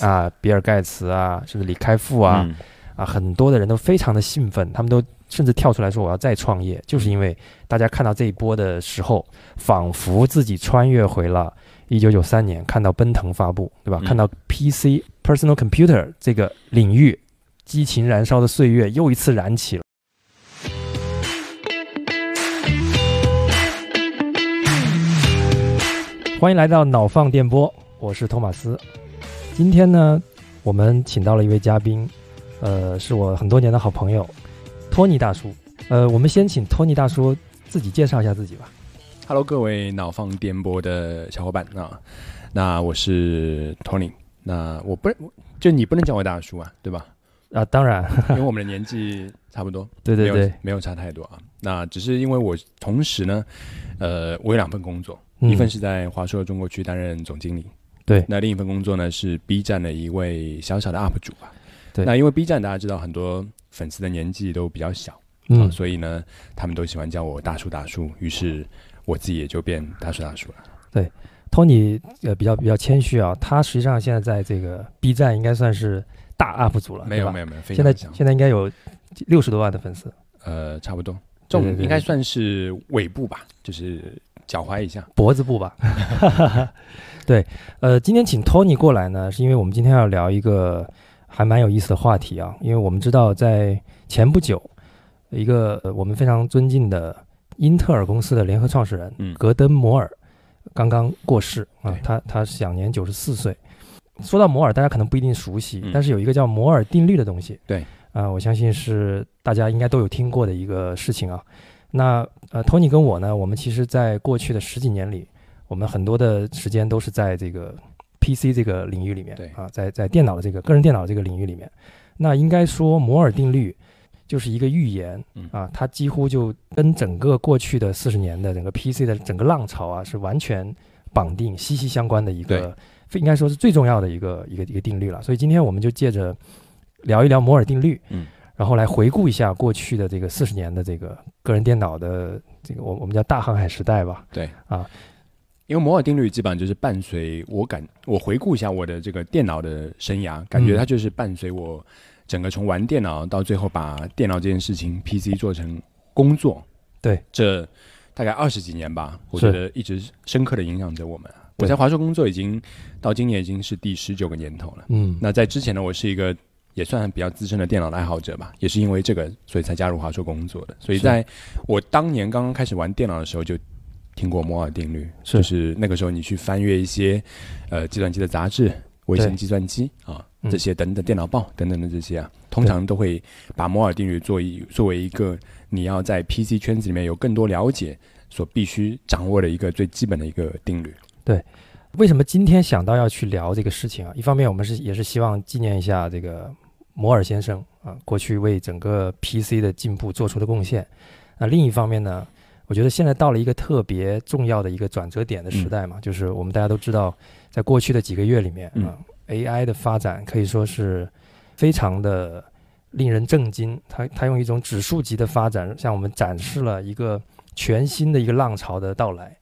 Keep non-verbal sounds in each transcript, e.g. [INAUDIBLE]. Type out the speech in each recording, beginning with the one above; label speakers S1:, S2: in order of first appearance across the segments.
S1: 啊，比尔盖茨啊，甚至李开复啊、
S2: 嗯
S1: 啊，很多的人都非常的兴奋，他们都甚至跳出来说我要再创业，就是因为大家看到这一波的时候，仿佛自己穿越回了一九九三年，看到奔腾发布，对吧？
S2: 嗯
S1: 看到 PC personal computer 这个领域激情燃烧的岁月又一次燃起了。欢迎来到脑放电波，我是托马斯。今天呢，我们请到了一位嘉宾，呃，是我很多年的好朋友，托尼大叔。呃，我们先请托尼大叔自己介绍一下自己吧。
S2: Hello，各位脑放电波的小伙伴啊，那我是 Tony，那我不认，就你不能叫我大叔啊，
S1: [LAUGHS]
S2: 对吧？
S1: 啊，当然， [LAUGHS]
S2: 因为我们的年纪差不多，
S1: 对对
S2: 没
S1: 对
S2: 有，没有差太多啊。那只是因为我同时呢，呃，我有两份工作，
S1: 嗯
S2: 一份是在华硕中国区担任总经理，
S1: 对
S2: 那另一份工作呢是 B 站的一位小小的 UP 主吧。
S1: 对
S2: 那因为 B 站大家知道很多粉丝的年纪都比较小，啊
S1: 嗯，
S2: 所以呢，他们都喜欢叫我大叔大叔，于是我自己也就变大叔大叔了。
S1: 托尼呃比较比较谦虚啊，他实际上现在在这个 B 站应该算是大 UP 主了，
S2: 没有
S1: 对吧
S2: 没有没有，非
S1: 现在
S2: 常强，
S1: 现在应该有六十多万的粉丝，
S2: 呃，差不多，这种
S1: 对对对
S2: 应该算是尾部吧，就是脚踝以下。
S1: 脖子部
S2: [LAUGHS]
S1: 吧。对，呃，今天请托尼过来呢，是因为我们今天要聊一个还蛮有意思的话题啊，因为我们知道在前不久，一个、呃我们非常尊敬的英特尔公司的联合创始人、
S2: 嗯
S1: 格登摩尔刚刚过世啊
S2: 对，
S1: 他他享年九十四岁。说到摩尔，大家可能不一定熟悉，
S2: 嗯
S1: 但是有一个叫摩尔定律的东西，
S2: 对
S1: 啊、我相信是大家应该都有听过的一个事情啊。那呃，托尼跟我呢，我们其实在过去的十几年里，我们很多的时间都是在这个 PC 这个领域里面，
S2: 对
S1: 啊，在在电脑的这个个人电脑的这个领域里面，那应该说摩尔定律就是一个预言
S2: 嗯
S1: 啊，它几乎就跟整个过去的四十年的整个 PC 的整个浪潮啊是完全绑定、息息相关的一
S2: 对
S1: 个，非应该说是最重要的一个一个一个定律了。所以今天我们就借着聊一聊摩尔定律，
S2: 嗯，
S1: 然后来回顾一下过去的这个四十年的这个个人电脑的这个我我们叫大航海时代吧，
S2: 因为摩尔定律基本上就是伴随我感，我回顾一下我的这个电脑的生涯，感
S1: 嗯
S2: 觉它就是伴随我整个从玩电脑到最后把电脑这件事情 PC 做成工作，
S1: 对，
S2: 这大概二十几年吧，我
S1: 是
S2: 觉得一直深刻的影响着我们。我
S1: 对
S2: 在华硕工作已经到今年已经是第十九个年头了。
S1: 嗯，
S2: 那在之前呢，我是一个也算比较资深的电脑的爱好者吧，也是因为这个，所以才加入华硕工作的。所以
S1: 是
S2: 在我当年刚刚开始玩电脑的时候，就听过摩尔定律，
S1: 是
S2: 就是那个时候你去翻阅一些呃计算机的杂志。卫星计算机啊，
S1: 嗯
S2: 这些等等，电脑报等等的这些啊，通常都会把摩尔定律作为作为一个你要在 PC 圈子里面有更多了解所必须掌握的一个最基本的一个定律。
S1: 为什么今天想到要去聊这个事情啊？一方面，我们是也是希望纪念一下这个摩尔先生啊，过去为整个 PC 的进步做出的贡献。那另一方面呢，我觉得现在到了一个特别重要的一个转折点的时代嘛，就是我们大家都知道，在过去的几个月里面啊、a i 的发展可以说是非常的令人震惊。它它用一种指数级的发展，向我们展示了一个全新的一个浪潮的到来。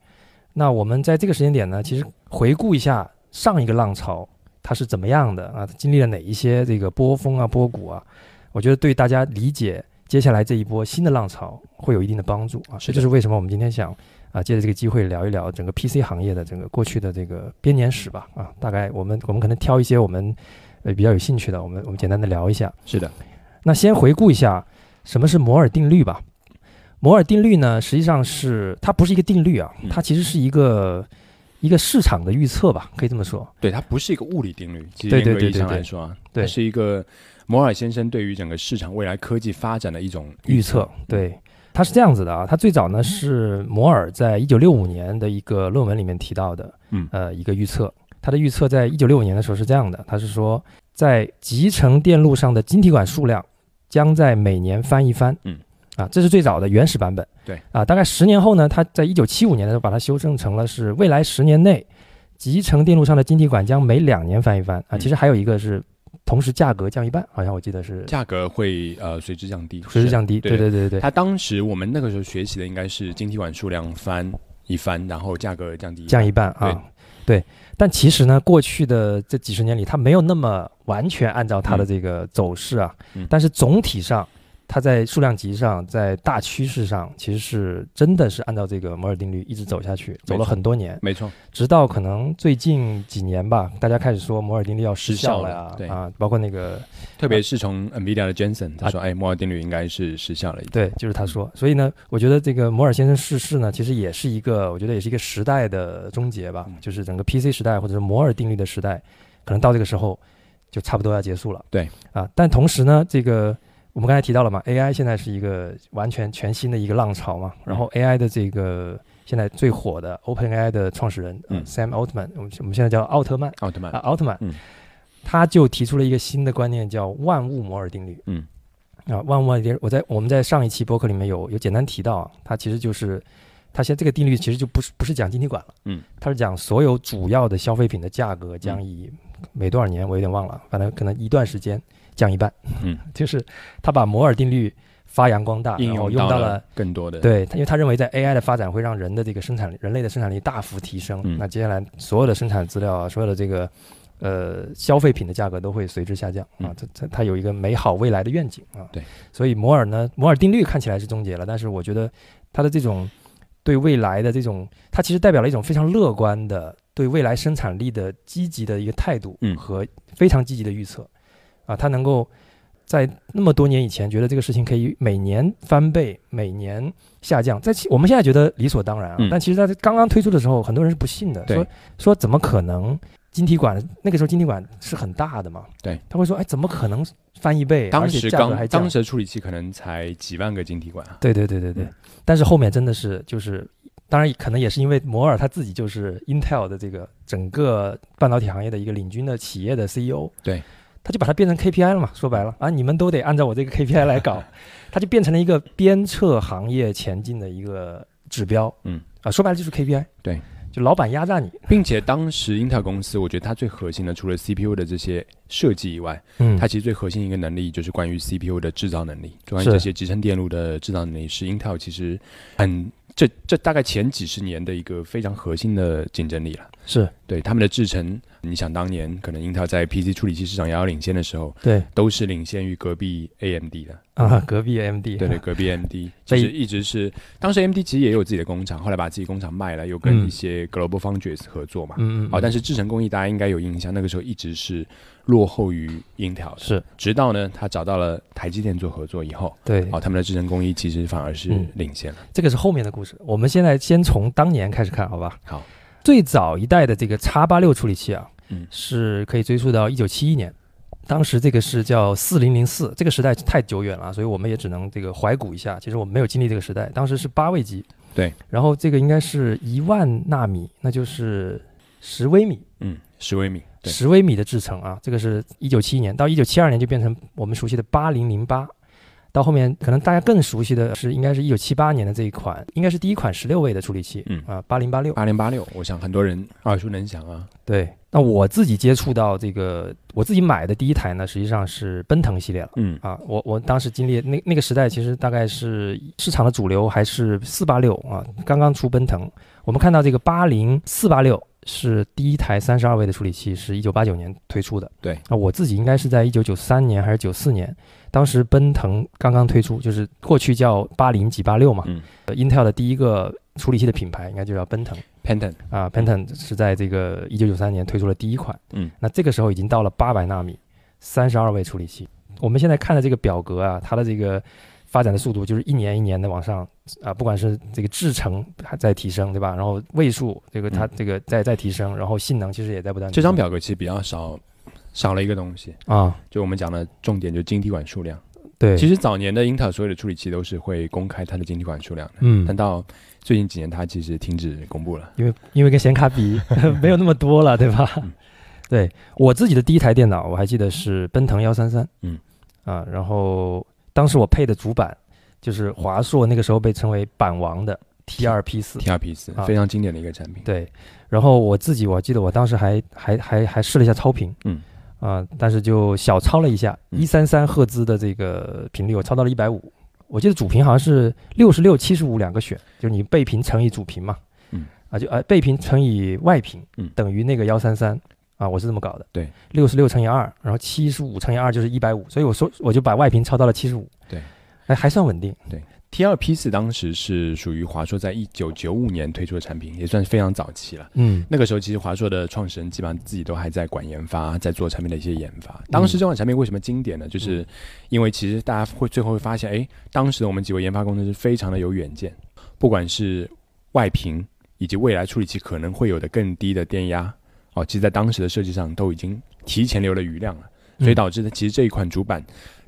S1: 那我们在这个时间点呢，其实回顾一下上一个浪潮它是怎么样的啊，它经历了哪一些这个波峰啊、波谷啊，我觉得对大家理解接下来这一波新的浪潮会有一定的帮助啊。
S2: 是
S1: 这
S2: 的
S1: 就是为什么我们今天想啊，借着这个机会聊一聊整个 PC 行业的整个过去的这个编年史吧啊，大概我们我们可能挑一些我们呃比较有兴趣的，我们我们简单的聊一下。
S2: 是的，
S1: 那先回顾一下什么是摩尔定律吧。摩尔定律呢，实际上是它不是一个定律啊
S2: 嗯，
S1: 它其实是一个一个市场的预测吧，可以这么说。
S2: 对，它不是一个物理定律，其实
S1: 对
S2: 严
S1: 对
S2: 格意义
S1: 对
S2: 上
S1: 对
S2: 来说啊，
S1: 对
S2: 它是一个摩尔先生对于整个市场未来科技发展的一种
S1: 预测，
S2: 嗯
S1: 对，它是这样子的啊，它最早呢是摩尔在一九六五年的一个论文里面提到的，
S2: 嗯
S1: 呃，一个预测。它的预测在一九六五年的时候是这样的，它是说在集成电路上的晶体管数量将在每年翻一番，
S2: 嗯，
S1: 啊，这是最早的原始版本，
S2: 对，
S1: 啊，大概十年后呢，它在一九七五年的时候把它修正成了是未来十年内集成电路上的晶体管将每两年翻一番啊，
S2: 嗯
S1: 其实还有一个是同时价格降一半，好像我记得是
S2: 价格会呃随之降低，
S1: 随时降低，
S2: 对
S1: 对对对对。
S2: 它当时我们那个时候学习的应该是晶体管数量翻一翻，然后价格降低，
S1: 降一半啊。但其实呢，过去的这几十年里，它没有那么完全按照它的这个走势啊，
S2: 嗯
S1: 但是总体上，它在数量级上，在大趋势上，其实是真的是按照这个摩尔定律一直走下去，走了很多年，
S2: 没错，
S1: 直到可能最近几年吧，大家开始说摩尔定律要失效了
S2: 失效了对
S1: 呀、啊，啊，包括那个
S2: 特别是从 NVIDIA 的 Jensen 他
S1: 啊
S2: 说，哎，摩尔定律应该是失效了一点。
S1: 对，就是他说，所以呢，我觉得这个摩尔先生逝世呢，其实也是一个，我觉得也是一个时代的终结吧
S2: 嗯，
S1: 就是整个 PC 时代或者是摩尔定律的时代，可能到这个时候就差不多要结束了。
S2: 对，
S1: 啊，但同时呢，这个我们刚才提到了嘛，AI 现在是一个完全全新的一个浪潮嘛，然后
S2: 嗯
S1: AI 的这个现在最火的 OpenAI 的创始人、呃
S2: 嗯
S1: Sam Altman，我们我们现在叫奥特曼
S2: 奥特曼
S1: 啊，，奥特曼，
S2: 嗯
S1: 他就提出了一个新的观念，叫万物摩尔定律。
S2: 嗯，
S1: 啊，万物摩尔定律，我在我们在上一期播客里面有有简单提到啊，它其实就是它现在这个定律其实就不是不是讲晶体管了，
S2: 嗯，
S1: 它是讲所有主要的消费品的价格将
S2: 嗯
S1: 以、每多少年我有点忘了，反正可能一段时间降一半。
S2: 嗯，
S1: [LAUGHS] 就是他把摩尔定律发扬光大，
S2: 应
S1: 然后
S2: 用
S1: 用到了
S2: 了更多的，
S1: 对，他因为他认为在 AI 的发展会让人的这个生产力，人类的生产力大幅提升。
S2: 嗯
S1: 那接下来所有的生产资料啊，所有的这个呃消费品的价格都会随之下降啊
S2: 嗯。
S1: 它它它有一个美好未来的愿景啊。
S2: 对，
S1: 所以摩尔呢，摩尔定律看起来是终结了，但是我觉得它的这种对未来的这种，它其实代表了一种非常乐观的对未来生产力的积极的一个态度
S2: 嗯
S1: 和非常积极的预测啊，它能够。在那么多年以前，觉得这个事情可以每年翻倍，每年下降。在其我们现在觉得理所当然啊，
S2: 嗯
S1: 但其实在刚刚推出的时候，很多人是不信的，
S2: 对
S1: 说说怎么可能？晶体管那个时候晶体管是很大的嘛，
S2: 对，
S1: 他会说，哎，怎么可能翻一倍？
S2: 当
S1: 而且
S2: 时
S1: 价格还
S2: 刚
S1: 降
S2: 当。时的处理器可能才几万个晶体管啊，
S1: 对对对对对，
S2: 嗯
S1: 但是后面真的是就是，当然可能也是因为摩尔他自己就是 Intel 的这个整个半导体行业的一个领军的企业的 CEO，
S2: 对，
S1: 他就把它变成 KPI 了嘛，说白了啊，你们都得按照我这个 KPI 来
S2: [LAUGHS]
S1: 搞，它就变成了一个鞭策行业前进的一个指标，
S2: 嗯，
S1: 啊，说白了就是 KPI，
S2: 对，
S1: 就老板压榨你，
S2: 并且当时英特尔公司，我觉得它最核心的，除了 CPU 的这些设计以外，
S1: 嗯
S2: 它其实最核心一个能力就是关于 CPU 的制造能力，就关于
S1: 是
S2: 这些集成电路的制造能力，是 Intel 其实很这这大概前几十年的一个非常核心的竞争力了。
S1: 是
S2: 对他们的制程，你想当年可能 Intel 在 PC 处理器市场遥遥领先的时候，
S1: 对
S2: 都是领先于隔壁 AMD 的。
S1: 啊，隔壁 AMD，
S2: 嗯对对，隔壁 AMD
S1: 所
S2: 就
S1: 以
S2: 是一直是当时 AMD 其实也有自己的工厂，后来把自己工厂卖了，又跟
S1: 嗯
S2: 一些 Global Foundries 合作嘛。
S1: 嗯嗯，
S2: 好、哦但
S1: 是
S2: 是制程工艺大家应该有印象，那个时候一直是落后于英特尔的，
S1: 是
S2: 直到呢他找到了台积电做合作以后，
S1: 对，
S2: 好、他们的制程工艺其实反而是
S1: 嗯
S2: 领先了。
S1: 这个是后面的故事，我们现在先从当年开始看，好吧？
S2: 好，
S1: 最早一代的这个 x 八六处理器啊，
S2: 嗯
S1: 是可以追溯到一九七一年，当时这个是叫四零零四，这个时代太久远了，所以我们也只能这个怀古一下。其实我们没有经历这个时代，当时是八位机，
S2: 对，
S1: 然后这个应该是一万纳米，那就是十微米，
S2: 嗯，十微米，对，
S1: 十微米的制程啊，这个是一九七一年到一九七二年就变成我们熟悉的八零零八，到后面可能大家更熟悉的是应该是一九七八年的这一款，应该是第一款十六位的处理器，
S2: 嗯
S1: 啊八零八六，
S2: 八零八六，我想很多人耳熟能详啊。
S1: 对。那我自己接触到这个，我自己买的第一台呢，实际上是奔腾系列了。
S2: 嗯
S1: 啊，我我当时经历那那个时代，其实大概是市场的主流还是四八六啊，刚刚出奔腾。我们看到这个八零四八六是第一台三十二位的处理器，是一九八九年推出的。
S2: 对
S1: 啊，我自己应该是在一九九三年还是九四年，当时奔腾刚刚推出，就是过去叫八零几八六嘛、
S2: 嗯
S1: 呃 i n t e l 的第一个处理器的品牌应该就叫奔腾。
S2: ，Pantone，
S1: 啊，Pantone 是在这个一九九三年推出了第一款，
S2: 嗯，
S1: 那这个时候已经到了八百纳米，三十二位处理器。我们现在看的这个表格啊，它的这个发展的速度就是一年一年的往上啊，不管是这个制程还在提升，对吧？然后位数这个它
S2: 嗯
S1: 这个在在提升，然后性能其实也在不断提
S2: 这
S1: 升。
S2: 张表格其实比较少，少了一个东西，
S1: 啊，
S2: 就我们讲的重点就是晶体管数量。
S1: 对，
S2: 其
S1: 实
S2: 实早年的英特尔所有的处理器都是会公开它的晶体管数量的，
S1: 嗯
S2: 但，到最近几年它其实停止公布了。
S1: 因为因为跟显卡
S2: [LAUGHS]
S1: 比没有那么多了，对吧？
S2: 嗯
S1: 对我自己的第一台电脑，我还记得是奔腾幺三三，
S2: 嗯，
S1: 啊，然后当时我配的主板就是华硕那个时候被称为板王的 T 二 P 四，
S2: TRP 四
S1: 啊
S2: 非常经典的一个产品，
S1: 对，然后我自己我记得我当时还还还还试了一下超频，
S2: 嗯，
S1: 啊、但是就小超了一下，
S2: 嗯
S1: 一三三赫兹的这个频率我超到了一百五，我记得主频好像是六十六七十五两个选，就是你倍频乘以主频嘛，
S2: 嗯，
S1: 啊，就啊倍频乘以外频
S2: 嗯
S1: 等于那个幺三三啊，我是这么搞的。
S2: 对，
S1: 六十六乘以二，然后七十五乘以二就是一百五，所以我说我就把外频超到了七十五。
S2: 对，
S1: 哎，还算稳定。
S2: T 二 P 四当时是属于华硕在一九九五年推出的产品，也算是非常早期了。
S1: 嗯
S2: 那个时候，其实华硕的创始人基本上自己都还在管研发，在做产品的一些研发。当时这款产品为什么经典呢？就是因为其实大家会最后会发现，哎，当时我们几位研发工程师非常的有远见，不管是外屏以及未来处理器可能会有的更低的电压，哦，其实在当时的设计上都已经提前留了余量了，所以导致的其实这一款主板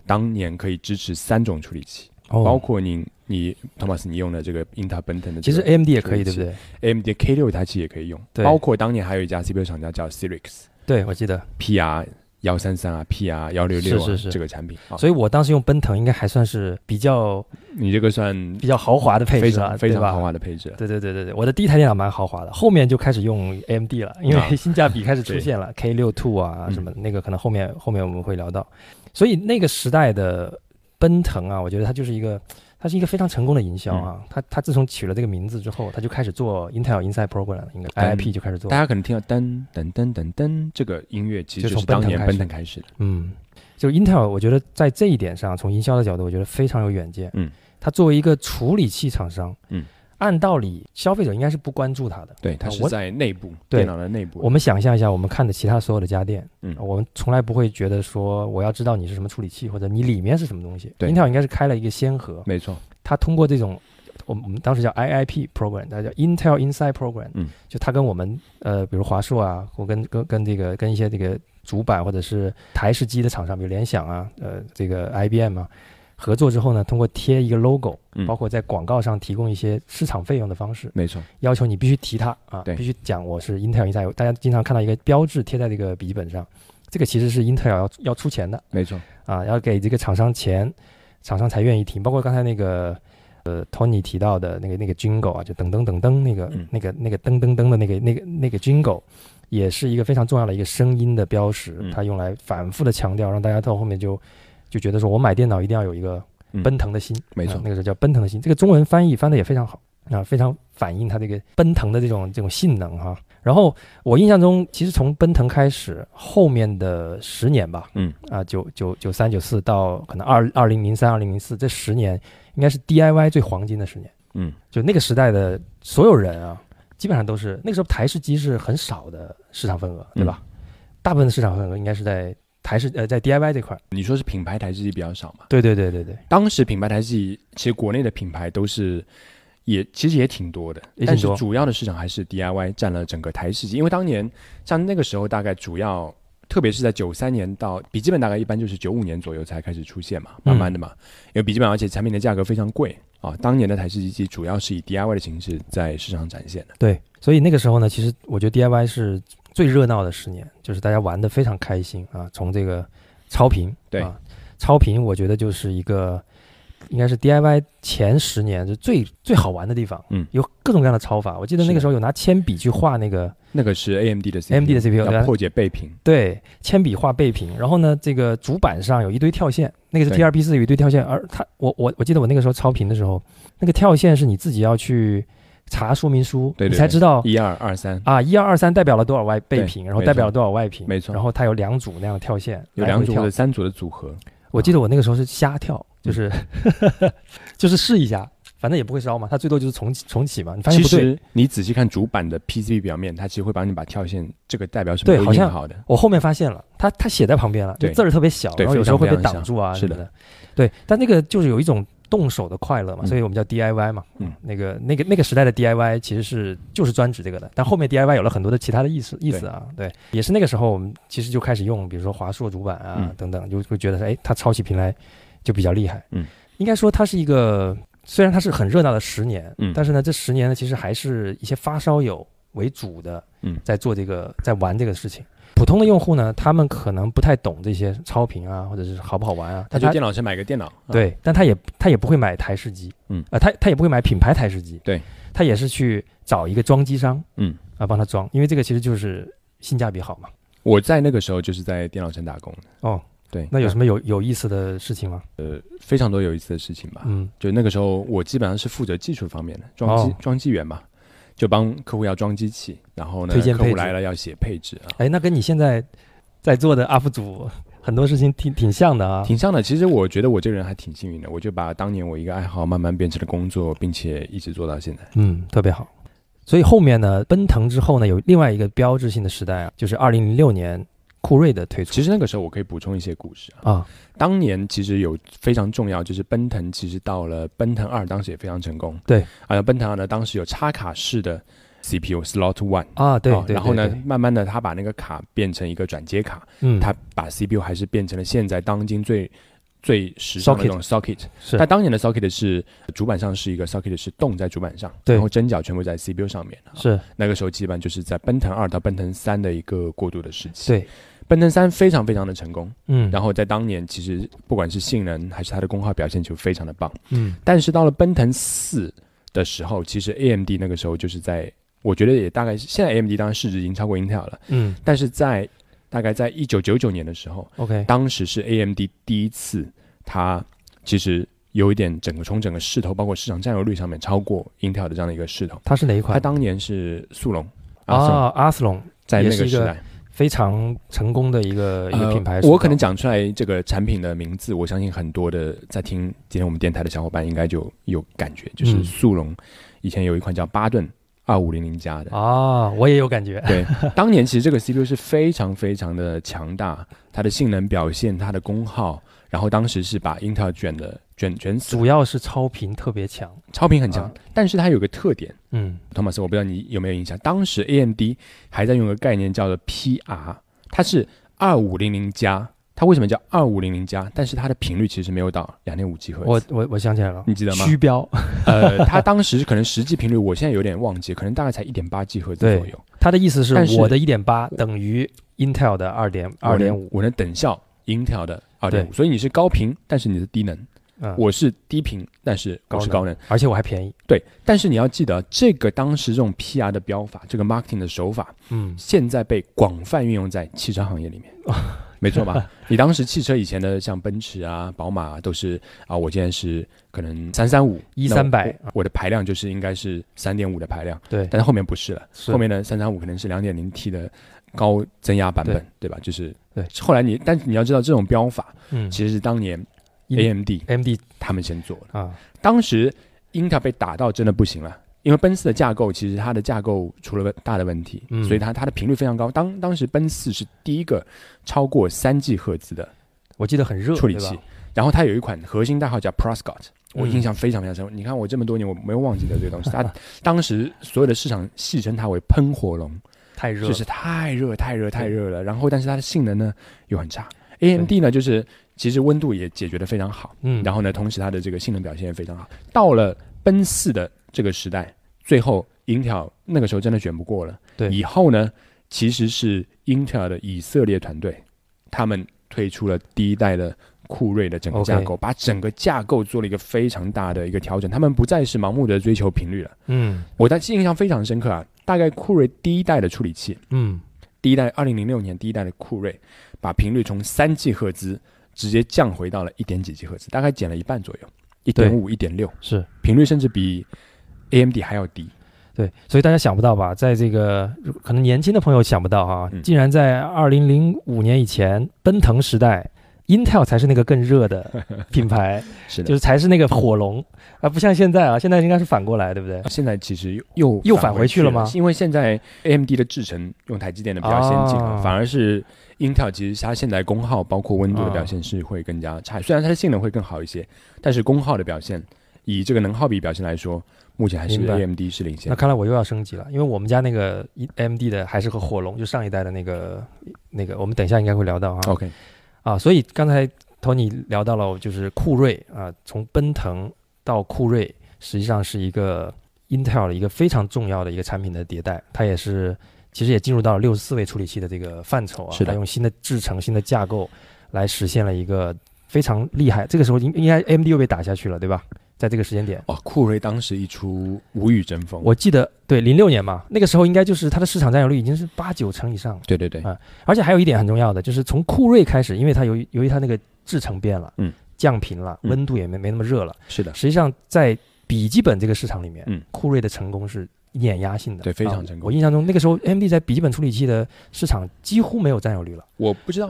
S2: 当年可以支持三种处理器。包
S1: 哦，
S2: 括你你 Thomas 你用的这个 Intel Benton 的这个，
S1: 其实 AMD 也可以，对
S2: 处理器
S1: 不对？
S2: AMD K 六它其实也可以用，
S1: 对
S2: 包括当年还有一家 CPU 厂家叫 Sirix
S1: 对，我记得。
S2: PR 幺三三啊 PR 幺六六啊
S1: 是是是哦
S2: 这个产品，啊
S1: 所以我当时用奔腾应该还算是比较
S2: 你这个算
S1: 比较豪华的配
S2: 非
S1: 置了，
S2: 常非
S1: 对
S2: 常
S1: 吧
S2: 豪华的配置啊了，
S1: 啊对对对对对，我的第一台电脑蛮豪华的，后面就开始用 AMD 了，因
S2: 啊
S1: 为 [LAUGHS] 性价比开始出
S2: 对
S1: 现了，K 六 Two 啊
S2: 嗯
S1: 什么的，那个可能后面后面我们会聊到。所以那个时代的奔腾啊，我觉得它就是一个，它是一个非常成功的营销
S2: 嗯
S1: 啊。它它自从取了这个名字之后，它就开始做 Intel Inside Program 了，应该
S2: 嗯
S1: IIP 就开始做
S2: 大。家可能听到噔噔噔噔噔这个音乐，其实
S1: 就
S2: 就
S1: 从
S2: 是
S1: 奔
S2: 当
S1: 腾
S2: 年
S1: 开始
S2: 奔腾开始的，
S1: 嗯，就是 Intel，我觉得在这一点上，从营销的角度，我觉得非常有远见。
S2: 嗯，
S1: 它作为一个处理器厂商，
S2: 嗯，
S1: 按道理消费者应该是不关注它的。
S2: 对，它
S1: 啊
S2: 是
S1: 我
S2: 在内部
S1: 对
S2: 电脑的内部，
S1: 我们想象一下，我们看的其他所有的家电，
S2: 嗯
S1: 我们从来不会觉得说我要知道你是什么处理器，或者你里面是什么东西。
S2: 对
S1: Intel 应该是开了一个先河，
S2: 没错，
S1: 它通过这种，我们我们当时叫 IIP program，它叫 Intel Inside Program，
S2: 嗯，
S1: 就它跟我们呃，比如华硕啊，我跟跟跟这个跟一些这个主板或者是台式机的厂商，比如联想啊，呃，这个 IBM 啊，合作之后呢，通过贴一个 logo，、
S2: 嗯
S1: 包括在广告上提供一些市场费用的方式，
S2: 没错，
S1: 要求你必须提它啊
S2: 对，
S1: 必须讲我是 Intel Inside。大家经常看到一个标志贴在这个笔记本上，这个其实是 Intel 要要出钱的
S2: 没错，
S1: 啊，要给这个厂商钱，厂商才愿意听。包括刚才那个呃 Tony 提到的那个那个 Jingle 啊，就噔噔噔噔那个、
S2: 嗯
S1: 那个那个噔噔噔的那个那个那个 Jingle。也是一个非常重要的一个声音的标识，
S2: 嗯
S1: 它用来反复的强调，让大家到后面就就觉得说我买电脑一定要有一个
S2: 嗯
S1: 奔腾的心，
S2: 没错
S1: 啊那个时候叫奔腾的心，这个中文翻译翻的也非常好啊，非常反映它这个奔腾的这种这种性能哈。然后我印象中，其实从奔腾开始，后面的十年吧，
S2: 嗯
S1: 啊，九九九三九四到可能二二零零三二零零四这十年，应该是 DIY 最黄金的十年。
S2: 嗯，
S1: 就那个时代的所有人啊，基本上都是那个时候台式机是很少的市场份额，对吧？大部分的市场份额应该是在台式呃在 DIY 这块儿。
S2: 你说是品牌台式机比较少嘛？
S1: 对对对对对，
S2: 当时品牌台系，其实国内的品牌都是也其实也挺多的，
S1: 也挺多
S2: 但是主要的市场还是 DIY 占了整个台式机，因为当年像那个时候大概主要。特别是在九三年到笔记本，大概一般就是九五年左右才开始出现
S1: 嗯
S2: 嘛，慢慢的嘛，因为笔记本而且产品的价格非常贵啊。当年的台式机机主要是以 DIY 的形式在市场展现的，
S1: 对，所以那个时候呢，其实我觉得 DIY 是最热闹的十年，就是大家玩的非常开心啊。从这个超频，
S2: 对
S1: 啊，超频我觉得就是一个应该是 DIY 前十年就最最好玩的地方。
S2: 嗯
S1: 有各种各样的超法。我记得那
S2: 是的
S1: 个时候有拿铅笔去画那个，
S2: 那个是 AMD 的 CPU,
S1: AMD 的 CPU 对
S2: 要
S1: 吧
S2: 破解倍频，
S1: 对，铅笔画背屏，然后呢，这个主板上有一堆跳线，那个是
S2: 对
S1: T 二 P 四有一堆跳线，而它我我我记得我那个时候超频的时候，那个跳线是你自己要去查说明书，
S2: 对对
S1: 你才
S2: 对
S1: 知道
S2: 一二二三，
S1: 哦啊，一二二三代表了多少外
S2: 对
S1: 倍频，然后
S2: 没
S1: 代表
S2: 错
S1: 了多少外频，
S2: 没错
S1: 然后它有两组那样的跳线，
S2: 有
S1: 来
S2: 两
S1: 回
S2: 组或
S1: 跳
S2: 者三组的嗯组合，
S1: 我记得我那个时候是瞎跳，就是 [LAUGHS] 就是试一下，反正也不会烧嘛，它最多就是重启重启嘛。你发现
S2: 其
S1: 不对，
S2: 实你仔细看主板的 PCB 表面，它其实会帮你把跳线这个代表什么
S1: 对
S2: 都
S1: 好
S2: 印
S1: 像
S2: 好的。
S1: 我后面发现了，它它写在旁边了，就
S2: 对
S1: 字儿特别小，
S2: 对
S1: 然后有
S2: 非
S1: 时候
S2: 常
S1: 会被
S2: 非常
S1: 挡住啊
S2: 小
S1: 什么
S2: 是
S1: 的。对，但那个就是有一种动手的快乐嘛，
S2: 嗯
S1: 所以我们叫 DIY 嘛。
S2: 嗯，
S1: 那个那个那个时代的 DIY 其实是就是专指这个的，但后面 DIY 有了很多的其他的意思意思啊。对，也是那个时候我们其实就开始用，比如说华硕主板啊、
S2: 嗯
S1: 等等，就会觉得说，哎，它抄起屏来就比较厉害。
S2: 嗯，
S1: 应该说它是一个虽然它是很热闹的十年，
S2: 嗯
S1: 但是呢，这十年呢其实还是一些发烧友为主的，
S2: 嗯
S1: 在做这个在玩这个事情。普通的用户呢，他们可能不太懂这些超频啊，或者是好不好玩啊，
S2: 他
S1: 但
S2: 就
S1: 他
S2: 电脑城买个电脑，啊，
S1: 对，但他也他也不会买台式机，
S2: 嗯
S1: 啊、他他也不会买品牌台式机，
S2: 对，
S1: 他也是去找一个装机商，
S2: 嗯，
S1: 啊，帮他装，因为这个其实就是性价比好嘛。
S2: 我在那个时候就是在电脑城打工的。
S1: 哦，
S2: 对，
S1: 那有什
S2: 么
S1: 么有有意思的事情吗？
S2: 非常多有意思的事情吧？
S1: 嗯，
S2: 就那个时候，我基本上是负责技术方面的装机、
S1: 哦
S2: 装机员嘛。就帮客户要装机器，然后呢，
S1: 推荐
S2: 客
S1: 配
S2: 户
S1: 置
S2: 来了要写配置啊，
S1: 哎，那跟你现在在做的 UP 主 [LAUGHS] 很多事情挺挺像的啊。
S2: 挺像的。其实我觉得我这个人还挺幸运的，我就把当年我一个爱好慢慢变成了工作，并且一直做到现在。
S1: 嗯，特别好。所以后面呢，奔腾之后呢，有另外一个标志性的时代啊，就是二零零六年酷睿的推出
S2: 其实那个时候我可以补充一些故事啊。
S1: 啊，
S2: 当年其实有非常重要，就是奔腾，其实到了奔腾二，当时也非常成功。
S1: 对，
S2: 啊，奔腾二呢，当时有插卡式的 CPU slot one，
S1: 啊，对
S2: 哦
S1: 对，
S2: 然后呢
S1: 对，对
S2: 慢慢的他把那个卡变成一个转接卡，
S1: 嗯，
S2: 他把 CPU 还是变成了现在当今最最时尚的
S1: Socket
S2: 那种 socket。
S1: 是
S2: 但当年的 socket 是主板上是一个 socket 是洞在主板上，
S1: 对
S2: 然后针脚全部在 CPU 上面。啊
S1: 是
S2: 那个时候基本就是在奔腾二到奔腾三的一个过渡的时期。，
S1: 对，
S2: 奔腾三非常非常的成功。
S1: 嗯，
S2: 然后在当年，其实不管是性能还是它的功耗表现就非常的棒。
S1: 嗯
S2: 但是到了奔腾四的时候，其实 AMD 那个时候就是在，我觉得也大概是现在 AMD 当然市值已经超过 Intel 了，
S1: 嗯
S2: 但是在大概在一九九九年的时候，
S1: ，OK，
S2: 当时是 AMD 第一次，它其实有一点整个从整个势头，包括市场占有率上面超过 Intel 的这样的一个势头。
S1: 它是哪一款
S2: 它？当年是速龙阿松
S1: 啊，阿斯隆
S2: 在
S1: 也
S2: 那
S1: 是
S2: 个
S1: 一
S2: 时
S1: 个
S2: 代。
S1: 非常成功的一个一个
S2: 呃
S1: 品牌。
S2: 我可能讲出来这个产品的名字，我相信很多的在听今天我们电台的小伙伴应该就有感觉，就是
S1: 嗯
S2: 速龙以前有一款叫巴顿二五零零加的。
S1: 啊，我也有感觉，
S2: 对，当年其实这个 CPU 是非常非常的强大，它的性能表现、它的功耗，然后当时是把 Intel 卷的卷卷死，
S1: 主要是超频特别强。
S2: 超频很强。
S1: 啊
S2: 但是它有个特点，
S1: 嗯，
S2: 托马斯，我不知道你有没有印象，当时 AMD 还在用个概念叫做 PR，它是二五零零加，它为什么叫二五零零加？但是它的频率其实没有到两点五 G 赫兹。
S1: 我我我想起来了，
S2: 你记得吗
S1: 虚标，
S2: 呃，它当时可能实际频率，我现在有点忘记，可能大概才一点八 G 赫兹
S1: 对
S2: 左右。
S1: 他的意思是
S2: 但是
S1: 我的一点八等于 Intel 的二点二点五。
S2: 我能等效 Intel 的二点
S1: 对
S2: 五，所以你是高频，但是你是低能；
S1: 嗯，
S2: 我是低频，但是我是高能。
S1: 而且我还便宜。
S2: 对，但是你要记得，这个当时这种 PR 的标法，这个 marketing 的手法，
S1: 嗯，
S2: 现在被广泛运用在汽车行业
S1: [LAUGHS]
S2: 里面，没错吧？你当时汽车以前的像奔驰啊、宝马啊、都是啊，我现在是可能三三五
S1: 一三百，
S2: 那我我的排量就是应该是三点五的排量，
S1: 对，
S2: 但是后面不是了，
S1: 是
S2: 后面的三三五可能是两点零 T 的高增压版本，对吧？就是
S1: 对
S2: 后来你，但是你要知道，这种标法
S1: 嗯
S2: 其实是当年
S1: 嗯
S2: AMD
S1: ，AMD
S2: 他们先做的，
S1: 啊，
S2: 当时英特尔被打到真的不行了。因为奔四的架构其实它的架构出了大的问题，
S1: 嗯
S2: 所以它它的频率非常高。当当时奔四是第一个超过三 G 赫兹的
S1: 我记得很热，
S2: 处理
S1: 哦对吧
S2: 器，然后它有一款核心代号叫 Proscott，我
S1: 嗯
S2: 印象非常非常深。你看我这么多年我没有忘记的这
S1: [LAUGHS]
S2: 个东西，它当时所有的市场戏称它为“喷火龙”，
S1: 太热
S2: 就
S1: 了，
S2: 是太热、太热、太热了。然后，但是它的性能呢又很差。AMD 呢，就是其实温度也解决的非常好，
S1: 嗯，
S2: 然后呢，同时它的这个性能表现也非常好。到了奔四的这个时代，最后 Intel 那个时候真的卷不过了。
S1: 对
S2: 以后呢，其实是 Intel 的以色列团队，他们推出了第一代的。酷睿的整个
S1: OK
S2: 架构把整个架构做了一个非常大的一个调整，他们不再是盲目的追求频率了。
S1: 嗯
S2: 我在印象非常深刻啊，大概酷睿第一代的处理器，
S1: 嗯，
S2: 第一代二零零六年第一代的酷睿，把频率从三 G 赫兹直接降回到了一点几 G 赫兹，大概减了一半左右，一点五、一点六，
S1: 是
S2: 频率甚至比 AMD 还要低。
S1: 对，所以大家想不到吧，在这个可能年轻的朋友想不到啊，
S2: 嗯
S1: 竟然在二零零五年以前，奔腾时代。Intel 才是那个更热
S2: [LAUGHS]
S1: 的品牌，
S2: 是的，
S1: 就是才是那个火龙，而不像现在啊，现在应该是反过来，对不对？
S2: 现在其实又
S1: 又
S2: 返
S1: 返
S2: 回
S1: 回去了吗
S2: 因为现在 AMD 的制程用台积电的比较先进了，
S1: 啊
S2: 反而是 Intel 其实它现在功耗包括温度的
S1: 嗯
S2: 表现是会更加差，虽然它的性能会更好一些，但是功耗的表现以这个能耗比表现来说，目前还是
S1: 明白
S2: AMD 是领先
S1: 那。看来我又要升级了，因为我们家那个 E，AMD 的还是和火龙，就上一代的那个那个，我们等一下应该会聊到啊。
S2: OK，
S1: 啊，所以刚才 Tony 聊到了，就是酷睿啊，从奔腾到酷睿，实际上是一个 Intel 的一个非常重要的一个产品的迭代，它也是其实也进入到了六十四位处理器的这个范畴啊，
S2: 是的
S1: 它用新的制程、新的架构来实现了一个非常厉害。这个时候应应该 AMD 又被打下去了，对吧？在这个时间点。
S2: 哦，酷睿当时一出无与争锋。
S1: 我记得对零六年嘛，那个时候应该就是它的市场占有率已经是八九成以上，了。
S2: 对对对，
S1: 啊而且还有一点很重要的，就是从酷睿开始，因为它由于由于它那个制程变了，
S2: 嗯，
S1: 降频了，
S2: 嗯
S1: 温度也没没那么热了。
S2: 是的，
S1: 实际上在笔记本这个市场里面，
S2: 嗯，
S1: 酷睿的成功是碾压性的，
S2: 对非常
S1: 啊
S2: 成功
S1: 我印象中那个时候，AMD 在笔记本处理器的市场几乎没有占有率了。
S2: 我不知道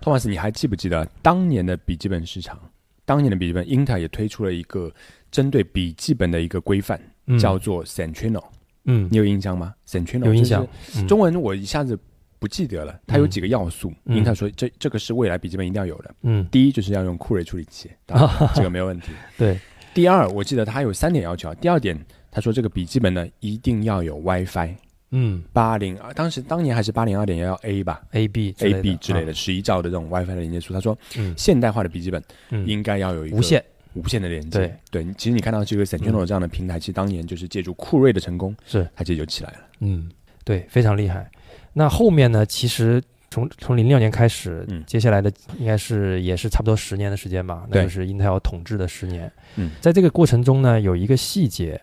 S2: 托马斯，你还记不记得当年的笔记本市场？当年的笔记本，英特尔也推出了一个针对笔记本的一个规范，
S1: 嗯
S2: 叫做 Centrino，、
S1: 嗯
S2: 你有印象吗？Centrino
S1: 有印象，
S2: 就是
S1: 嗯
S2: 中文我一下子不记得了。它有几个要素，
S1: 嗯
S2: 英特尔说这这个是未来笔记本一定要有的。
S1: 嗯
S2: 第一就是要用酷睿处理器，当
S1: [LAUGHS]
S2: 然这个没有问题。
S1: 对
S2: 第二，我记得它有三点要求啊。第二点，他说这个笔记本呢一定要有 WiFi
S1: 嗯
S2: 八零二，当时当年还是八零二点幺 A 吧
S1: AB 之类的
S2: ，AB 之类
S1: 啊
S2: 的十一兆的这种 WiFi 的连接处。他说
S1: 嗯
S2: 现代化的笔记本
S1: 嗯
S2: 应该要有一个
S1: 无嗯线
S2: 无线的连接。对，其实你看到这个 Centrino 这样的平台，其实当年就是借助酷睿的成功，
S1: 是
S2: 它其实就起来了。
S1: 嗯，对，非常厉害。那后面呢？其实从从零六年开始，
S2: 嗯
S1: 接下来的应该是也是差不多十年的时间吧，那
S2: 对
S1: 就是 Intel 统治的十年。
S2: 嗯
S1: 在这个过程中呢，有一个细节，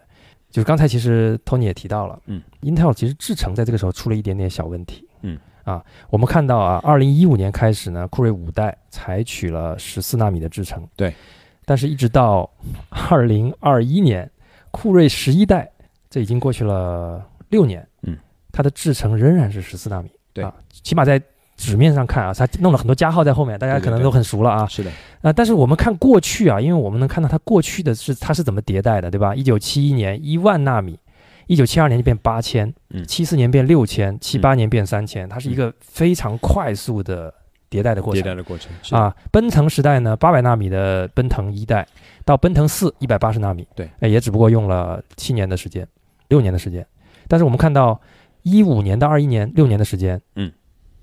S1: 就是刚才其实 Tony 也提到了，
S2: 嗯
S1: ，Intel 其实制程在这个时候出了一点点小问题。
S2: 嗯，
S1: 啊，我们看到啊，二零一五年开始呢，酷睿五代采取了十四纳米的制程，
S2: 对，
S1: 但是一直到二零二一年，酷睿十一代，这已经过去了六年，
S2: 嗯，
S1: 它的制程仍然是十四纳米，
S2: 对
S1: 啊，起码在纸面上看啊，它弄了很多加号在后面，大家
S2: 对对
S1: 可能
S2: 对
S1: 都很熟了啊，
S2: 是的，
S1: 啊，但是我们看过去啊，因为我们能看到它过去的是它是怎么迭代的，对吧？一九七一年一万纳米，一九七二年就变八千，
S2: 嗯
S1: 七四年变六千，七八年变三千，它是一个非常快速的迭代的过
S2: 迭
S1: 程。
S2: 代的过程是的
S1: 啊，奔腾时代呢，八百纳米的奔腾一代到奔腾四一百八十纳米，
S2: 对
S1: 哎，也只不过用了七年的时间，六年的时间。但是我们看到一五年到二一年六年的时间，
S2: 嗯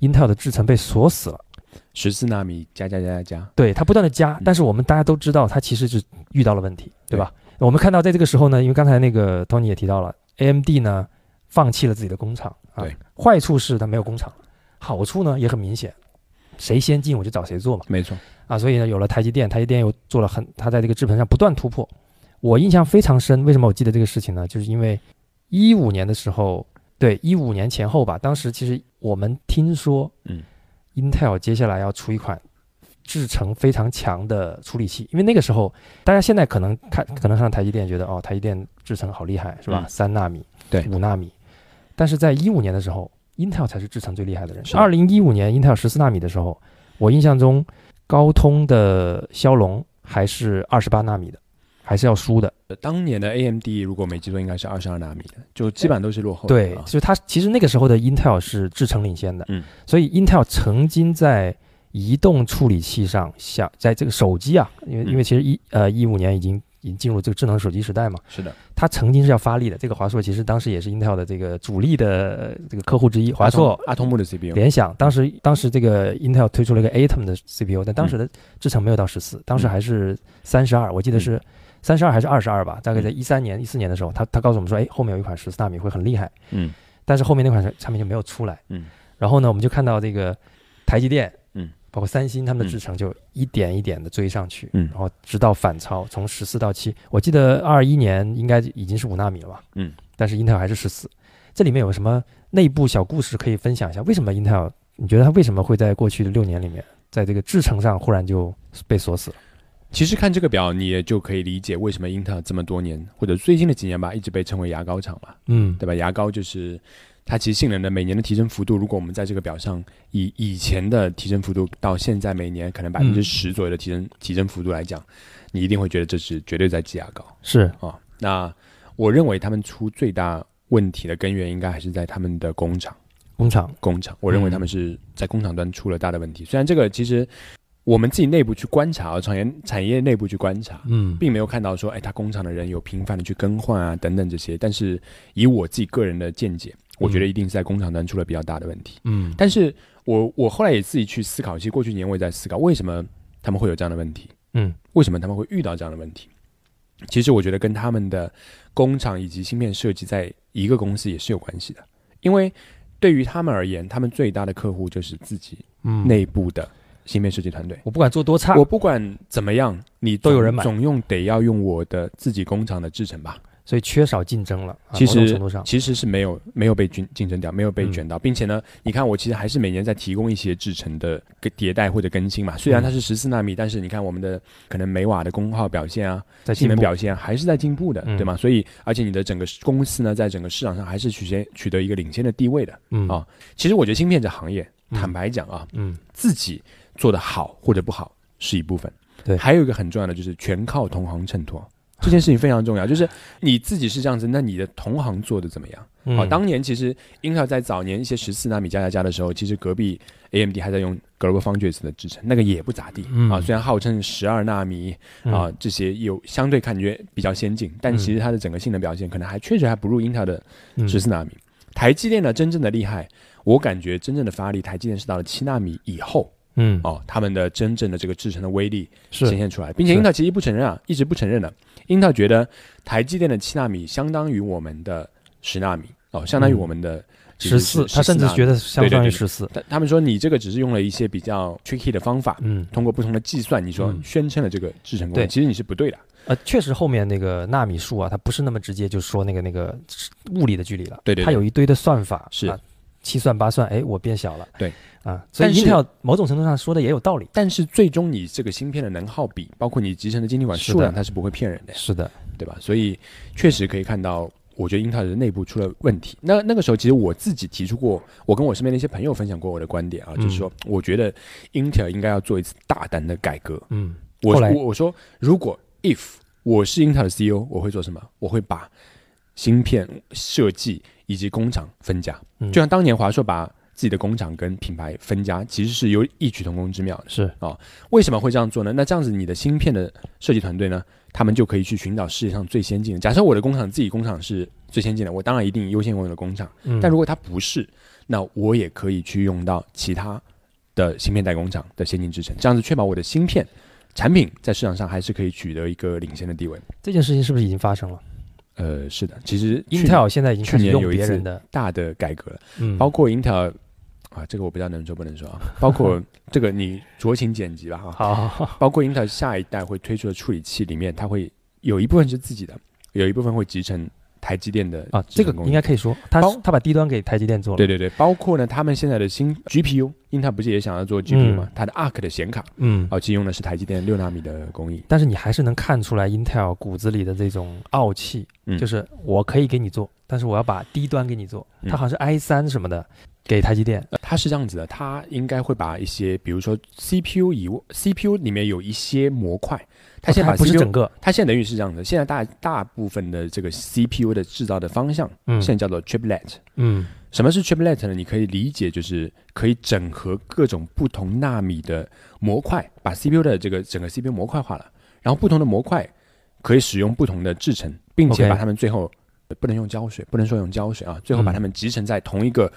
S1: ，Intel 的制程被锁死了。
S2: 十四纳米加加加加加，
S1: 对它不断的加
S2: 嗯，
S1: 但是我们大家都知道，它其实是遇到了问题，对吧？我们看到在这个时候呢，因为刚才那个 Tony 也提到了，AMD 呢放弃了自己的工厂啊
S2: 对，
S1: 坏处是它没有工厂，好处呢也很明显，谁先进我就找谁做嘛
S2: 没错，
S1: 啊，所以呢有了台积电，台积电又做了很，它在这个制程上不断突破。我印象非常深，为什么我记得这个事情呢？就是因为一五年的时候，对一五年前后吧，当时其实我们听说，
S2: 嗯
S1: ，Intel 接下来要出一款制程非常强的处理器，因为那个时候大家现在可能看可能看到台积电觉得哦，台积电制程好厉害是吧？
S2: 嗯
S1: 三、纳米，
S2: 对
S1: 五纳米，但是在一五年的时候，Intel 才是制程最厉害的人。
S2: 是的
S1: 二零一五年 Intel 十四纳米的时候，我印象中高通的骁龙还是二十八纳米的，还是要输的。
S2: 呃当年的 AMD 如果没记错，应该是二十二纳米的，就基本上都是落后的。
S1: 对，
S2: 啊
S1: 就是它其实那个时候的 Intel 是制程领先的，
S2: 嗯，
S1: 所以 Intel 曾经在移动处理器上想在这个手机啊，因为
S2: 嗯
S1: 因为其实一呃一五年已经已经进入这个智能手机时代嘛，
S2: 是的，
S1: 它曾经是要发力的。这个华硕其实当时也是 Intel 的这个主力的呃这个客户之一，华硕。
S2: 阿童木的 CPU，
S1: 联想当时，当时这个 Intel 推出了一个 Atom 的 CPU，但当
S2: 嗯
S1: 时的制程没有到十四，当时还是三十二，我记得是三十二还是二十二吧，大概
S2: 嗯
S1: 在一三年、一四年的时候，他他告诉我们说，哎，后面有一款十四纳米会很厉害，
S2: 嗯
S1: 但是后面那款产品就没有出来。
S2: 嗯，
S1: 然后呢，我们就看到这个台积电，
S2: 嗯，
S1: 包括三星他们的制程就一点一点的追上去，
S2: 嗯
S1: 然后直到反超，从十四到七，我记得二一年应该已经是五纳米了吧，
S2: 嗯，
S1: 但是英特尔还是十四。这里面有什么内部小故事可以分享一下？为什么英特尔？你觉得它为什么会在过去的六年里面，在这个制程上忽然就被锁死了？
S2: 其实看这个表，你也就可以理解为什么英特尔这么多年或者最近的几年吧，一直被称为牙膏厂嘛，
S1: 嗯，
S2: 对吧？牙膏就是它其实性能的每年的提升幅度，如果我们在这个表上以以前的提升幅度到现在每年可能百分之十左右的提升、提升幅度来讲，你一定会觉得这是绝对在挤牙膏。
S1: 是，
S2: 啊、那我认为他们出最大问题的根源，应该还是在他们的工厂。
S1: 工厂，
S2: 工厂，我认为他们是在工厂端出了大的问题。虽然这个其实我们自己内部去观察，啊产业产业内部去观察，
S1: 嗯，
S2: 并没有看到说，哎，他工厂的人有频繁的去更换啊等等这些。但是以我自己个人的见解，我觉得一定是在工厂端出了比较大的问题。
S1: 嗯，
S2: 但是我我后来也自己去思考，其实过去一年我也在思考，为什么他们会有这样的问题？
S1: 嗯，
S2: 为什么他们会遇到这样的问题？其实我觉得跟他们的工厂以及芯片设计在一个公司也是有关系的，因为对于他们而言，他们最大的客户就是自己
S1: 嗯，
S2: 内部的芯片设计团队。
S1: 我不管做多差，
S2: 我不管怎么样，你
S1: 都有
S2: 总
S1: 人买
S2: 总用得要用我的自己工厂的制程吧？
S1: 所以缺少竞争了。啊
S2: 其
S1: 某种
S2: 实
S1: 程度上，嗯
S2: 其实是没有没有被竞竞争掉，没有被卷到，并且呢，你看我其实还是每年在提供一些制程的个迭代或者更新嘛。虽
S1: 嗯
S2: 然它是十四纳米，但是你看我们的可能每瓦的功耗表现啊，
S1: 在
S2: 性
S1: 进
S2: 能
S1: 步，
S2: 表现还是在进步的，
S1: 嗯
S2: 对吗？所以而且你的整个公司呢，在整个市场上还是取先取得一个领先的地位的。
S1: 嗯
S2: 啊其实我觉得芯片这行业，
S1: 嗯
S2: 坦白讲啊，
S1: 嗯
S2: 自己做的好或者不好是一部分，
S1: 对
S2: 还有一个很重要的就是全靠同行衬托。这件事情非
S1: [LAUGHS]
S2: 常重要，就是你自己是这样子，那你的同行做的怎么样？
S1: 嗯
S2: 好，当年其实英特尔在早年一些十四纳米加加加的时候，其实隔壁 AMD 还在用 Global Foundries 的制程，那个也不咋地、
S1: 嗯
S2: 啊。虽然号称十二纳米
S1: 嗯
S2: 啊、这些有相对感觉比较先进，但
S1: 嗯
S2: 其实它的整个性能表现可能还确实还不如英特尔的
S1: 嗯
S2: 十四纳米。台积电呢，真正的厉害，我感觉真正的发力，台积电是到了七纳米以后
S1: 嗯
S2: 哦，他们的真正的这个制程的威力显
S1: 是
S2: 现出来，并且
S1: 是
S2: 英特尔其实不承认啊，一直不承认的。英特尔觉得台积电的七纳米相当于我们的十纳米哦，相当于
S1: 嗯
S2: 我们的
S1: 十四，啊他甚至觉
S2: 得，
S1: 得相当于
S2: 对对
S1: 十四，
S2: 他他们说你这个只是用了一些比较 tricky 的方法，
S1: 嗯
S2: 通过不同的计算，你说
S1: 嗯
S2: 宣称了这个制程工艺，
S1: 对
S2: 其实你是不对的。
S1: 呃，确实后面那个纳米数啊，它不是那么直接就说那个那个物理的距离了，
S2: 对对对
S1: 它有一堆的算法
S2: 是
S1: 啊七算八算，哎，我变小了，
S2: 对
S1: 啊，所以
S2: 但是
S1: Intel 某种程度上说的也有道理，
S2: 但是最终你这个芯片的能耗比，包括你集成的晶体管
S1: 是的
S2: 数量，它是不会骗人的。
S1: 是的，
S2: 对吧？所以确实可以看到，我觉得英特尔的内部出了问题。那那个时候，其实我自己提出过，我跟我身边的一些朋友分享过我的观点啊，
S1: 嗯
S2: 就是说，我觉得英特尔应该要做一次大胆的改革。
S1: 嗯
S2: 我
S1: 后来
S2: 我我说，如果 if 我是英特尔的 CEO，我会做什么？我会把芯片设计以及工厂分家，
S1: 嗯
S2: 就像当年华硕把自己的工厂跟品牌分家，其实是有异曲同工之妙的。
S1: 是，
S2: 为什么会这样做呢？那这样子，你的芯片的设计团队呢，他们就可以去寻找世界上最先进的。假设我的工厂自己工厂是最先进的，我当然一定优先我的工厂。
S1: 嗯
S2: 但如果它不是，那我也可以去用到其他的芯片代工厂的先进制程，这样子确保我的芯片产品在市场上还是可以取得一个领先的地位。
S1: 这件事情是不是已经发生了
S2: 呃，是的，其实去
S1: ？Intel 现在已经开
S2: 去
S1: 始
S2: 年
S1: 用
S2: 有一
S1: 别
S2: 次
S1: 人的，
S2: 大的改革了，
S1: 嗯，
S2: 包括 Intel 啊，这个我不知道能说不能说啊，包括这个你酌情剪辑吧哈。
S1: 好好好，
S2: 包括英特尔下一代会推出的处理器里面，它会有一部分是自己的，有一部分会集成台积电的
S1: 啊，
S2: 制
S1: [LAUGHS] 这
S2: 程
S1: 个
S2: 工艺
S1: 应该可以说，他
S2: 包
S1: 他把低端给台积电做了，
S2: 对，对对，包括呢，他们现在的新 GPU，英特尔不是也想要做 GPU 吗？它的 Arc 的显卡，
S1: 嗯。
S2: 哦，其实用的是台积电六纳米的工艺。
S1: 但是你还是能看出来 Intel 骨子里的这种傲气，
S2: 嗯
S1: 就是我可以给你做，但是我要把低端给你做。
S2: 嗯
S1: 它好像是 i 三什么的给台积电，
S2: 呃它是这样子的，它应该会把一些，比如说 CPU 以外 CPU 里面有一些模块，它现在
S1: 哦还
S2: 把
S1: 不是
S2: CPU，、
S1: 整个，
S2: 它现在等于是这样的，现在大大部分的这个 CPU 的制造的方向，
S1: 嗯
S2: 现在叫做 chiplet，
S1: 嗯
S2: 什么是 chiplet 呢？你可以理解就是可以整合各种不同纳米的模块，把 CPU 的这个整个 CPU 模块化了，然后不同的模块可以使用不同的制程，并且
S1: OK
S2: 把它们最后呃不能用胶水，不能说用胶水啊，最后
S1: 嗯
S2: 把它们集成在同一个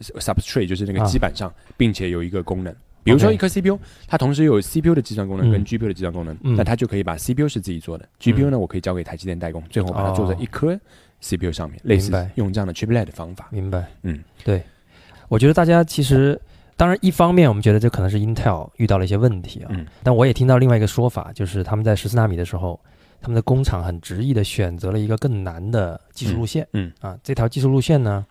S2: substrate，就是那个
S1: 啊
S2: 基板上，并且有一个功能。比如说
S1: OK
S2: 一颗 CPU，它同时有 CPU 的计算功能
S1: 嗯
S2: 跟 GPU 的计算功能，
S1: 嗯
S2: 那它就可以把 CPU 是自己做的，GPU 呢我可以交给台积电代工，最后把它做在
S1: 哦
S2: 一颗 CPU 上面，类似
S1: 明白
S2: 用这样的 chiplet 的方法。
S1: 明白，
S2: 嗯，
S1: 对。我觉得大家其实，当然一方面我们觉得这可能是 Intel 遇到了一些问题啊，
S2: 嗯
S1: 但我也听到另外一个说法，就是他们在十四纳米的时候，他们的工厂很执意的选择了一个更难的技术路线，
S2: 嗯
S1: 啊，这条技术路线呢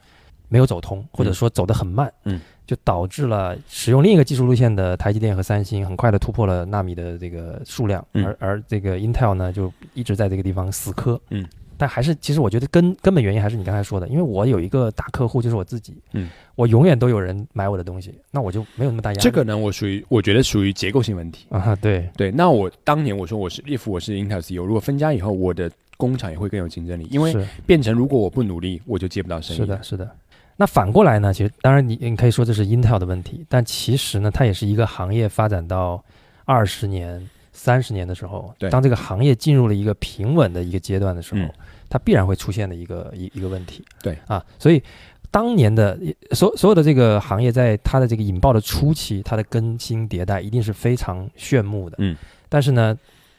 S1: 没有走通，或者说走得很慢，
S2: 嗯，
S1: 就导致了使用另一个技术路线的台积电和三星很快的突破了纳米的这个数量，
S2: 嗯
S1: 而而这个 Intel 呢就一直在这个地方死磕，
S2: 嗯。
S1: 但还是，其实我觉得根根本原因还是你刚才说的，因为我有一个大客户，就是我自己，
S2: 嗯，
S1: 我永远都有人买我的东西，那我就没有那么大压力。
S2: 这个呢，我属于我觉得属于结构性问题。
S1: 啊，对，
S2: 对，那我当年我说我是 if 我是 Intel CEO，如果分家以后，我的工厂也会更有竞争力，因为
S1: 是
S2: 变成如果我不努力，我就接不到生意。
S1: 是的，，是的。那反过来呢？其实，当然你你可以说这是 Intel 的问题，但其实呢，它也是一个行业发展到二十年、三十年的时候
S2: 对，
S1: 当这个行业进入了一个平稳的一个阶段的时候，
S2: 嗯
S1: 它必然会出现的一个一一个问题。
S2: 对
S1: 啊，所以当年的所所有的这个行业，在它的这个引爆的初期，它的更新迭代一定是非常炫目的。
S2: 嗯，
S1: 但是呢，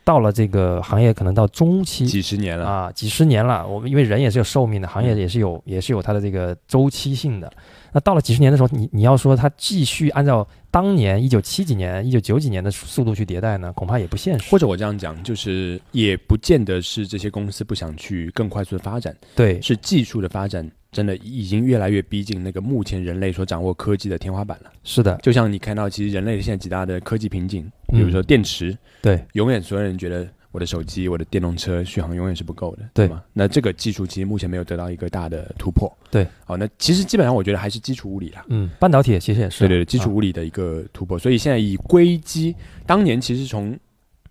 S1: 到了这个行业可能到中期，
S2: 几十年
S1: 啊
S2: 了，
S1: 啊，几十年了，我们因为人也是有寿命的，行业也是有也是有它的这个周期性的。那到了几十年的时候，你你要说它继续按照当年一九七几年、一九九几年的速度去迭代呢，恐怕也不现实。
S2: 或者我这样讲，就是也不见得是这些公司不想去更快速的发展，
S1: 对，
S2: 是技术的发展真的已经越来越逼近那个目前人类所掌握科技的天花板了。
S1: 是的，
S2: 就像你看到，其实人类现在几大的科技瓶颈，
S1: 嗯
S2: 比如说电池，
S1: 对，
S2: 永远所有人觉得我的手机、我的电动车续航永远是不够的，
S1: 对
S2: 吗？那这个技术其实目前没有得到一个大的突破。
S1: 对，
S2: 好、那其实基本上我觉得还是基础物理啦。
S1: 嗯，半导体其实也是啊，
S2: 对对对，基础
S1: 啊
S2: 物理的一个突破，所以现在以硅基，当年其实从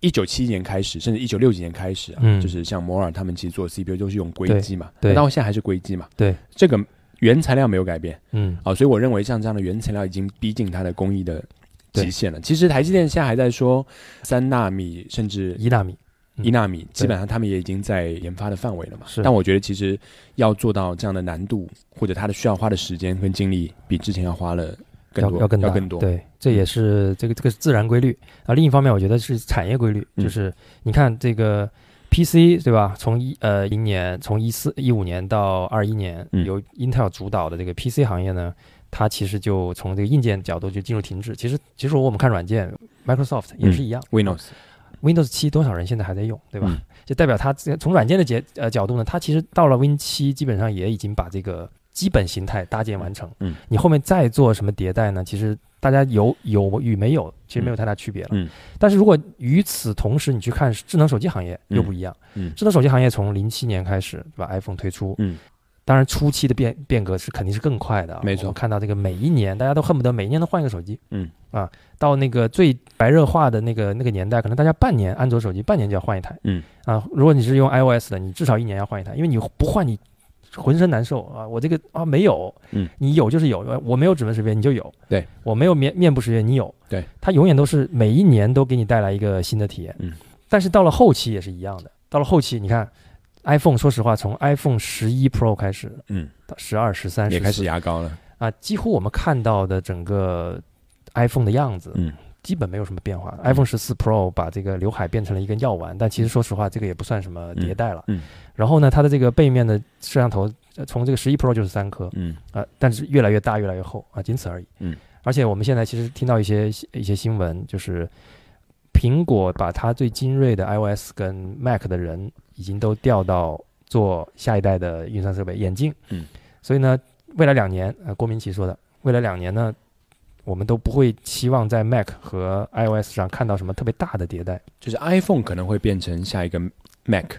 S2: 一九七一年开始，甚至一九六几年开始啊，
S1: 嗯
S2: 就是像摩尔他们其实做 CPU 都是用硅
S1: 对
S2: 基嘛，
S1: 对
S2: 那到现在还是硅基嘛，
S1: 对，
S2: 这个原材料没有改变
S1: 嗯，
S2: 啊，所以我认为像这样的原材料已经逼近它的工艺的
S1: 对
S2: 极限了。其实台积电现在还在说三纳米甚至
S1: 一纳米，嗯
S2: 一纳米，基本上他们也已经在研发的范围了嘛
S1: 是。
S2: 但我觉得其实要做到这样的难度，或者它的需要花的时间跟精力，比之前要花了更
S1: 要
S2: 多，
S1: 要更大
S2: 要更多。嗯
S1: 对，这也是这个这个是自然规律啊。另一方面，我觉得是产业规律，
S2: 嗯
S1: 就是你看这个 PC 对吧？从一呃一年从一四一五年到二一年，
S2: 嗯
S1: 由 Intel 主导的这个 PC 行业呢，它其实就从这个硬件角度就进入停滞。其实其实我们看软件，Microsoft
S2: 嗯
S1: 也是一样、
S2: Windows
S1: Windows 七多少人现在还在用，对吧？
S2: 嗯
S1: 就代表它这从软件的角呃角度呢，它其实到了 Win 七，基本上也已经把这个基本形态搭建完成。
S2: 嗯，
S1: 你后面再做什么迭代呢？其实大家有有与没有，其实没有太大区别了。
S2: 嗯，
S1: 但是如果与此同时，你去看智能手机行业
S2: 嗯
S1: 又不一样。
S2: 嗯
S1: 智能手机行业从零七年开始，对吧？iPhone 推出，
S2: 嗯，
S1: 当然初期的变变革是肯定是更快的啊。
S2: 没错
S1: 我看到这个每一年大家都恨不得每一年都换一个手机。
S2: 嗯，
S1: 啊，到那个最白热化的那个那个年代，可能大家半年安卓手机半年就要换一台。
S2: 嗯，
S1: 啊，如果你是用 iOS 的，你至少一年要换一台，因为你不换你。浑身难受啊！我这个啊没有，
S2: 嗯，
S1: 你有就是有，我没有指纹识别你就有，
S2: 对
S1: 我没有面面部识别你有，
S2: 对，
S1: 它永远都是每一年都给你带来一个新的体验，
S2: 嗯，
S1: 但是到了后期也是一样的，到了后期你看 iPhone，说实话，从 iPhone 十一 Pro 开始，
S2: 嗯，
S1: 到十二、十三、
S2: 也
S1: 十
S2: 开始
S1: 四
S2: 牙膏了。
S1: 啊，几乎我们看到的整个 iPhone 的样子，
S2: 嗯，
S1: 基本没有什么变化。iPhone 十四 Pro 把这个刘海变成了一根药丸，但其实说实话，这个也不算什么迭代了。
S2: 嗯嗯
S1: 然后呢，它的这个背面的摄像头，呃从这个十一 Pro 就是三颗，
S2: 嗯
S1: 啊，但是越来越大，越来越厚啊，仅此而已。
S2: 嗯，
S1: 而且我们现在其实听到一些一些新闻，就是苹果把它最精锐的 iOS 跟 Mac 的人已经都调到做下一代的运算设备眼镜。
S2: 嗯，
S1: 所以呢，未来两年，呃，郭明奇说的，未来两年呢，我们都不会期望在 Mac 和 iOS 上看到什么特别大的迭代。
S2: 就是 iPhone 可能会变成下一个 Mac，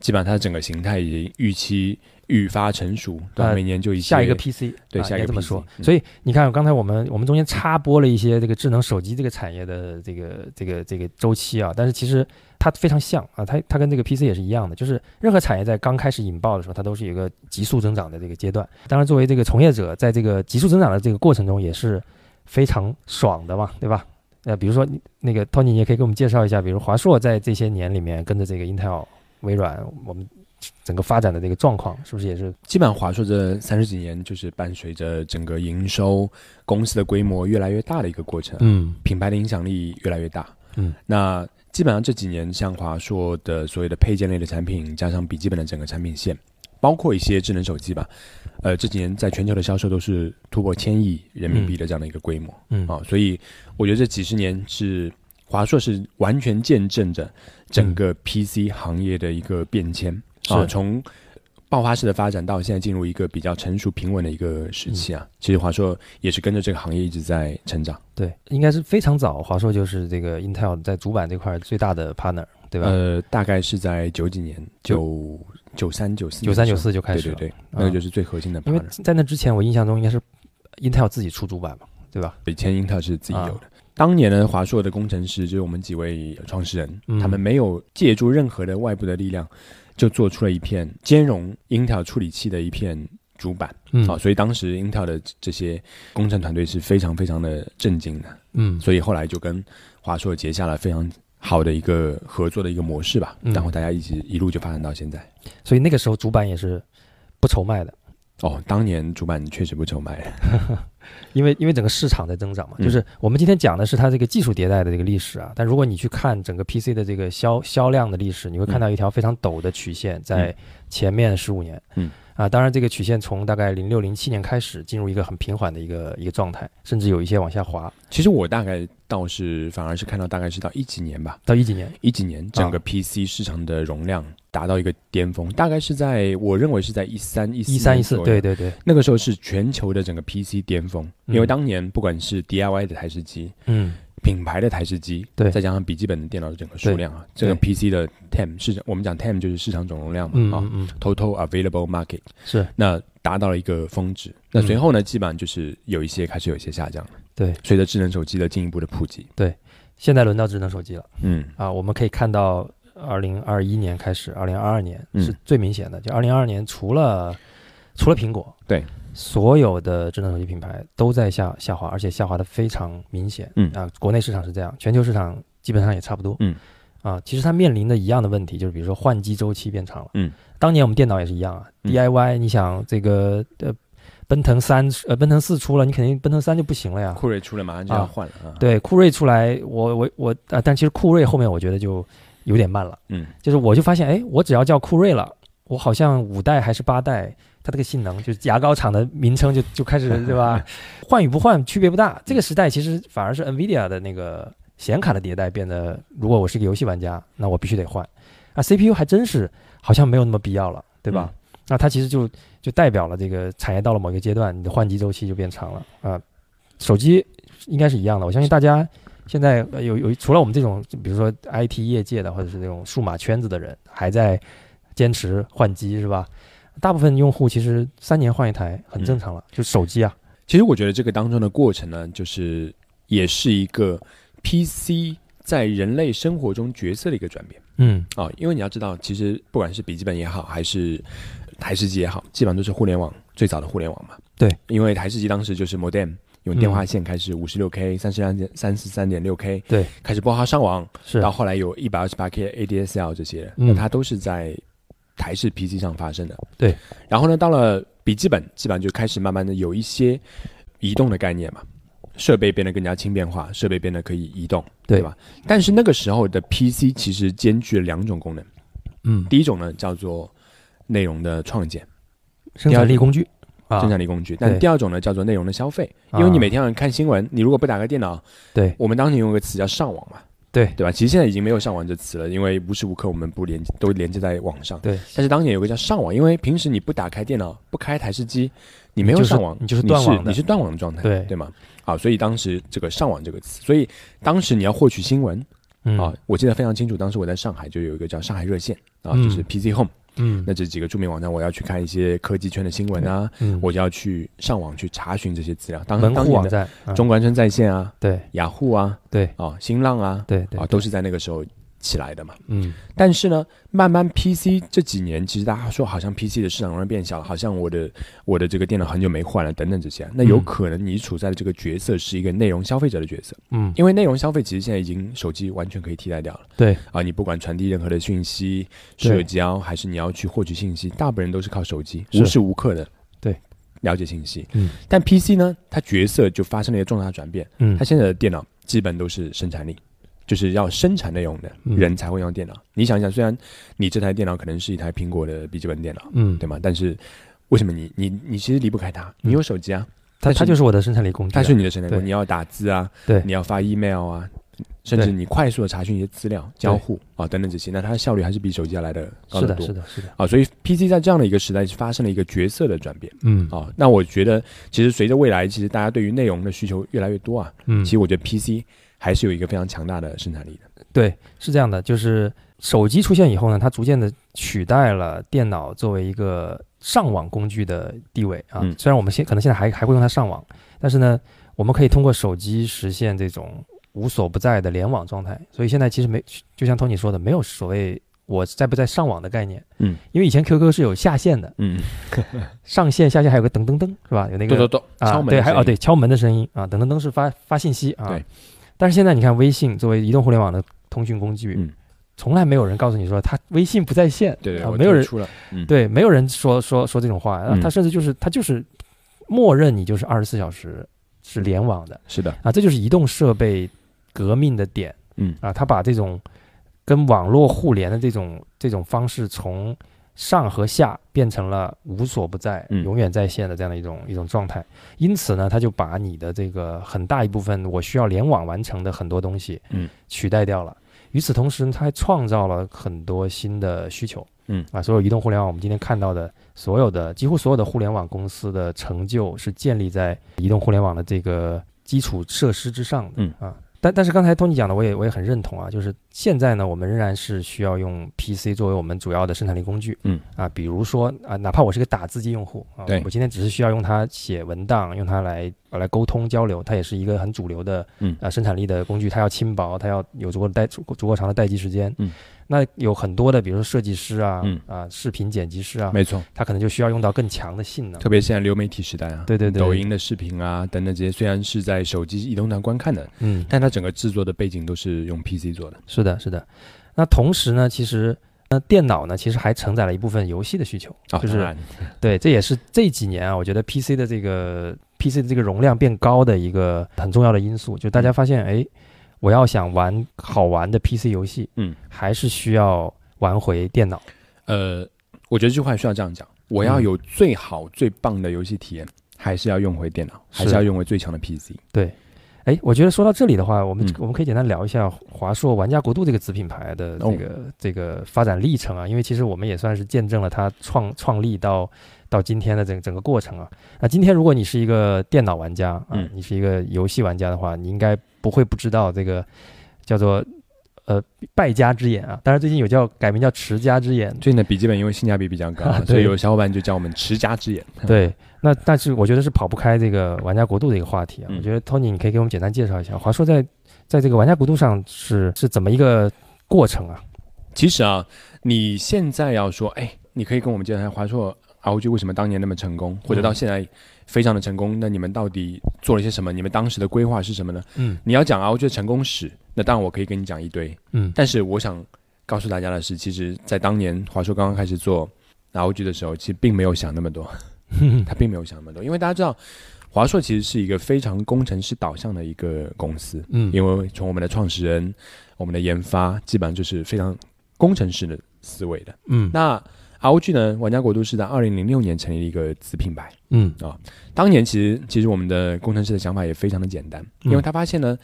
S2: 基本上它整个形态已经预期愈发成熟，对吧、
S1: 呃
S2: 每年就一些
S1: 下一个 PC，
S2: 对
S1: 啊
S2: 下一
S1: 应该
S2: 个
S1: 这么
S2: PC
S1: 说。
S2: 嗯
S1: 所以你看，刚才我们我们中间插播了一些这个智能手机这个产业的这个这个这个周期啊，但是其实它非常像啊，它它跟这个 PC 也是一样的，就是任何产业在刚开始引爆的时候，它都是有一个急速增长的这个阶段。当然，作为这个从业者，在这个急速增长的这个过程中，也是非常爽的嘛，对吧？呃，比如说你那个 Tony，你也可以给我们介绍一下，比如华硕在这些年里面跟着这个 Intel、微软，我们整个发展的这个状况，是不是也是
S2: 基本上华硕这三十几年就是伴随着整个营收、公司的规模越来越大的一个过程啊、
S1: 嗯
S2: 品牌的影响力越来越大。
S1: 嗯，
S2: 那基本上这几年，像华硕的所有的配件类的产品，加上笔记本的整个产品线，包括一些智能手机吧，呃，这几年在全球的销售都是突破千亿人民币的这样的一个规模。
S1: 嗯
S2: 啊、所以我觉得这几十年是华硕是完全见证着整个 PC 行业的一个变迁
S1: 嗯是
S2: 啊、从爆发式的发展到现在进入一个比较成熟平稳的一个时期
S1: 嗯
S2: 啊。其实华硕也是跟着这个行业一直在成长，
S1: 对，应该是非常早，华硕就是这个 Intel 在主板这块最大的 partner，对吧？
S2: 呃，大概是在九几年，九九三九四
S1: 九三九四就开
S2: 对
S1: 始
S2: 对
S1: 了，啊
S2: 对，那个就是最核心的
S1: 因
S2: partner。
S1: 为在那之前，我印象中应该是 Intel 自己出主板嘛，对吧？
S2: 以前英特尔是自己
S1: 啊
S2: 有的。当年呢，华硕的工程师就是我们几位创始人，
S1: 嗯
S2: 他们没有借助任何的外部的力量，就做出了一片兼容英特尔处理器的一片主板
S1: 嗯
S2: 啊、所以当时英特尔的这些工程团队是非常非常的震惊的，
S1: 嗯
S2: 所以后来就跟华硕结下了非常好的一个合作的一个模式吧，
S1: 嗯
S2: 然后大家一直一路就发展到现在。
S1: 所以那个时候主板也是不愁卖的，
S2: 哦，当年主板确实不愁卖，
S1: 因为因为整个市场在增长嘛，
S2: 嗯
S1: 就是我们今天讲的是它这个技术迭代的这个历史啊，但如果你去看整个 PC 的这个销销量的历史，你会看到一条非常陡的曲线在前面十五年，
S2: 嗯，
S1: 啊，当然这个曲线从大概零六零七年开始进入一个很平缓的一个一个状态，甚至有一些往下滑
S2: 其实我大概倒是反而是看到大概是到一几年吧，
S1: 到一几年。
S2: 一几
S1: 啊
S2: 年整个 PC 市场的容量达到一个巅峰，大概是在我认为是在一三一
S1: 一三一四，对
S2: 对，
S1: 对对，
S2: 那个时候是全球的整个 PC 巅峰，
S1: 嗯
S2: 因为当年不管是 DIY 的台式机、
S1: 嗯，
S2: 品牌的台式机，
S1: 对
S2: 再加上笔记本的电脑的整个数
S1: 对
S2: 量啊，这个
S1: 对
S2: PC 的 TAM 市场，我们讲 TAM 就是市场总容量
S1: 嗯
S2: 嘛，啊
S1: 嗯嗯，
S2: ，Total Available Market，
S1: 是
S2: 那达到了一个峰值。那
S1: 嗯
S2: 随后呢，基本上就是有一些开始有一些下降了。
S1: 对，
S2: 随着智能手机的进一步的普及，
S1: 现在轮到智能手机了
S2: 嗯，
S1: 啊，我们可以看到。二零二一年开始，二零二二年
S2: 嗯
S1: 是最明显的。就二零二二年，除了除了苹果，
S2: 对，
S1: 所有的智能手机品牌都在下下滑，而且下滑的非常明显。
S2: 嗯
S1: 啊，国内市场是这样，全球市场基本上也差不多。
S2: 嗯
S1: 啊，其实它面临的一样的问题，就是比如说换机周期变长了。
S2: 嗯，
S1: 当年我们电脑也是一样啊、
S2: 嗯
S1: d i y 你想这个呃，奔腾三呃奔腾四出了，你肯定奔腾三就不行了呀。
S2: 酷睿出了马上就要
S1: 啊
S2: 换了啊，，
S1: 对，酷睿出来，我我我啊，但其实酷睿后面我觉得就有点慢了。
S2: 嗯，
S1: 就是我就发现，哎，我只要叫酷睿了，我好像五代还是八代，它这个性能就是牙膏厂的名称就就开始对吧？换与不换区别不大。这个时代其实反而是 NVIDIA 的那个显卡的迭代变得，如果我是一个游戏玩家，那我必须得换。啊，CPU 还真是好像没有那么必要了，对吧？那它其实就就代表了这个产业到了某一个阶段，你的换机周期就变长了啊、手机应该是一样的，我相信大家现在呃有有除了我们这种，比如说 IT 业界的或者是这种数码圈子的人，还在坚持换机是吧？大部分用户其实三年换一台很正常了，就手机啊，
S2: 其实我觉得这个当中的过程呢，就是也是一个 PC 在人类生活中角色的一个转变
S1: 嗯
S2: 啊、因为你要知道，其实不管是笔记本也好，还是台式机也好，基本上都是互联网最早的互联网嘛。
S1: 对，
S2: 因为台式机当时就是 modem。用电话线开始五十六 K、三十三点三十三点六 K，
S1: 对，
S2: 开始拨号上网，
S1: 是
S2: 到后来有一百二十八 K ADSL 这些，
S1: 嗯
S2: 那它都是在台式 PC 上发生的。
S1: 对，
S2: 然后呢，到了笔记本，基本上就开始慢慢的有一些移动的概念嘛，设备变得更加轻便化，设备变得可以移动，
S1: 对
S2: 吧？但是那个时候的 PC 其实兼具了两种功能，
S1: 嗯
S2: 第一种呢叫做内容的创建、
S1: 生产力工具啊
S2: 生，产力工具，但
S1: 对
S2: 第二种呢叫做内容的消费，因为你
S1: 啊
S2: 每天晚上看新闻，你如果不打开电脑，
S1: 对
S2: 我们当年用一个词叫上网嘛，
S1: 对
S2: 对吧？其实现在已经没有上网这词了，因为无时无刻我们不连都连接在网上。
S1: 对，
S2: 但是当年有个叫上网，因为平时你不打开电脑、不开台式机，你没有
S1: 你就是
S2: 上网，
S1: 你就是断网的
S2: 你是你是断网的状态，
S1: 对
S2: 对吗？啊，所以当时这个上网这个词，所以当时你要获取新闻
S1: 嗯
S2: 啊，我记得非常清楚，当时我在上海就有一个叫上海热线啊，
S1: 嗯
S2: 就是 PC Home，
S1: 嗯
S2: 那这几个著名网站，我要去看一些科技圈的新闻啊，
S1: 嗯
S2: 我就要去上网去查询这些资料。当
S1: 门
S2: 当
S1: 户
S2: 年
S1: 网
S2: 的
S1: 站啊
S2: 中关村在线啊、
S1: 对
S2: 雅虎啊、
S1: 对
S2: 啊、新浪啊，
S1: 对对
S2: 啊，都是在那个时候起来的嘛。
S1: 嗯
S2: 但是呢，慢慢 PC 这几年，其实大家说好像 PC 的市场容量变小了，好像我的我的这个电脑很久没换了等等这些，那有
S1: 嗯
S2: 可能你处在的这个角色是一个内容消费者的角色，
S1: 嗯
S2: 因为内容消费其实现在已经手机完全可以替代掉了
S1: 对
S2: 啊，你不管传递任何的讯息、
S1: 对
S2: 社交，还是你要去获取信息，大部分人都是靠手机，
S1: 是
S2: 无时无刻的
S1: 对
S2: 了解信息。
S1: 嗯
S2: 但 PC 呢，它角色就发生了一个重大转变，
S1: 嗯
S2: 它现在的电脑基本都是生产力，就是要生产内容的
S1: 嗯
S2: 人才会用电脑。你想一想，虽然你这台电脑可能是一台苹果的笔记本电脑，
S1: 嗯
S2: 对吗？但是为什么你你你其实离不开它？你有手机啊，
S1: 它
S2: 但是
S1: 它就是我的生产力工具啊，
S2: 它是你的生产力，
S1: 嗯对
S2: 你要打字啊，
S1: 对
S2: 你要发 email 啊，甚至你快速的查询一些资料、交互啊等等这些，那它的效率还是比手机要来的
S1: 嗯
S2: 高
S1: 是的
S2: 得多
S1: 是的是的
S2: 啊。所以 PC 在这样的一个时代是发生了一个角色的转变
S1: 嗯
S2: 啊。那我觉得，其实随着未来，其实大家对于内容的需求越来越多啊，
S1: 嗯
S2: 其实我觉得 PC 还是有一个非常强大的生产力的。
S1: 对，是这样的，就是手机出现以后呢，它逐渐的取代了电脑作为一个上网工具的地位啊。
S2: 嗯
S1: 虽然我们现可能现在还还会用它上网，但是呢，我们可以通过手机实现这种无所不在的联网状态。所以现在其实没，就像托尼说的，没有所谓我在不在上网的概念。
S2: 嗯，
S1: 因为以前 QQ 是有下线的，
S2: 嗯，
S1: 上线下线还有个噔噔噔是吧？有那个
S2: 咚咚咚，
S1: 啊，
S2: 敲门
S1: 对，
S2: 的
S1: 还
S2: 声
S1: 有
S2: 音
S1: 哦，对，敲门的声音啊，等等等是发发信息啊。
S2: 对。
S1: 但是现在你看，微信作为移动互联网的通讯工具，
S2: 嗯
S1: 从来没有人告诉你说他微信不在线，
S2: 对对，
S1: 啊
S2: 我
S1: 没有
S2: 退
S1: 人
S2: 出了，嗯，
S1: 对，没有人说说说这种话，啊
S2: 嗯
S1: 他甚至就是他就是默认你就是二十四小时是联网的
S2: 是的，
S1: 啊，这就是移动设备革命的点，
S2: 嗯
S1: 啊，他把这种跟网络互联的这种这种方式从上和下变成了无所不在、
S2: 嗯
S1: 永远在线的这样的一种一种状态。因此呢，它就把你的这个很大一部分我需要联网完成的很多东西，
S2: 嗯，
S1: 取代掉了。与此同时，它还创造了很多新的需求，
S2: 嗯
S1: 啊，所有移动互联网我们今天看到的所有的几乎所有的互联网公司的成就是建立在移动互联网的这个基础设施之上的，
S2: 嗯
S1: 啊。但但是刚才托尼讲的，我也我也很认同啊，就是现在呢，我们仍然是需要用 PC 作为我们主要的生产力工具，
S2: 嗯
S1: 啊，比如说啊，哪怕我是个打字机用户啊
S2: 对，
S1: 我今天只是需要用它写文档，用它来呃来沟通交流，它也是一个很主流的
S2: 嗯
S1: 啊生产力的工具，它要轻薄，它要有足够的待足够足够长的待机时间，
S2: 嗯，
S1: 那有很多的，比如说设计师啊，
S2: 嗯
S1: 啊，视频剪辑师啊，
S2: 没错，
S1: 他可能就需要用到更强的性能，
S2: 特别现在流媒体时代啊，
S1: 对对对
S2: 抖音的视频啊等等这些，虽然是在手机移动端观看的，
S1: 嗯，
S2: 但它整个制作的背景都是用 PC 做的。
S1: 是的，是的。那同时呢，其实那电脑呢，其实还承载了一部分游戏的需求。
S2: 啊，
S1: 就是
S2: 当然
S1: 对，这也是这几年啊，我觉得 PC 的这个 PC 的这个容量变高的一个很重要的因素，就大
S2: 嗯
S1: 家发现，哎，我要想玩好玩的 PC 游戏，
S2: 嗯，
S1: 还是需要玩回电脑。
S2: 呃，我觉得这句话需要这样讲：我要
S1: 嗯
S2: 有最好、最棒的游戏体验，还是要用回电脑，还是
S1: 是
S2: 要用回最强的 PC。
S1: 哎，我觉得说到这里的话，我们、
S2: 嗯
S1: 我们可以简单聊一下华硕玩家国度这个子品牌的
S2: 哦
S1: 这个、这个发展历程啊，因为其实我们也算是见证了它创创立到到今天的整整个过程啊。那今天如果你是一个电脑玩家啊，
S2: 嗯
S1: 你是一个游戏玩家的话，你应该不会不知道这个叫做呃败家之眼啊。当然最近有叫改名叫持家之眼，
S2: 最近的笔记本因为性价比比较高啊
S1: [LAUGHS] ，对
S2: 所以有小伙伴就叫我们“持家之眼”。
S1: 对，那但是我觉得是跑不开这个玩家国度的一个话题啊。
S2: 嗯
S1: 我觉得 Tony，你可以给我们简单介绍一下，华硕在在这个玩家国度上是是怎么一个过程啊？
S2: 其实啊，你现在要说，哎，你可以跟我们介绍一下华硕 ROG 啊为什么当年那么成功，或者到现在非常的成功，那你们到底做了些什么？你们当时的规划是什么呢？
S1: 嗯
S2: 你要讲啊 ROG 的成功史，那当然我可以跟你讲一堆，
S1: 嗯
S2: 但是我想告诉大家的是，其实，在当年华硕刚刚开始做 ROG 的时候，其实并没有想那么多，他并没有想那么多，因为大家知道，华硕其实是一个非常工程师导向的一个公司，
S1: 嗯
S2: 因为从我们的创始人、我们的研发，基本上就是非常工程师的思维的。
S1: 嗯
S2: 那 ROG 呢，玩家国度是在二零零六年成立了一个子品牌。
S1: 嗯
S2: 当年其实其实我们的工程师的想法也非常的简单，
S1: 嗯
S2: 因为他发现呢，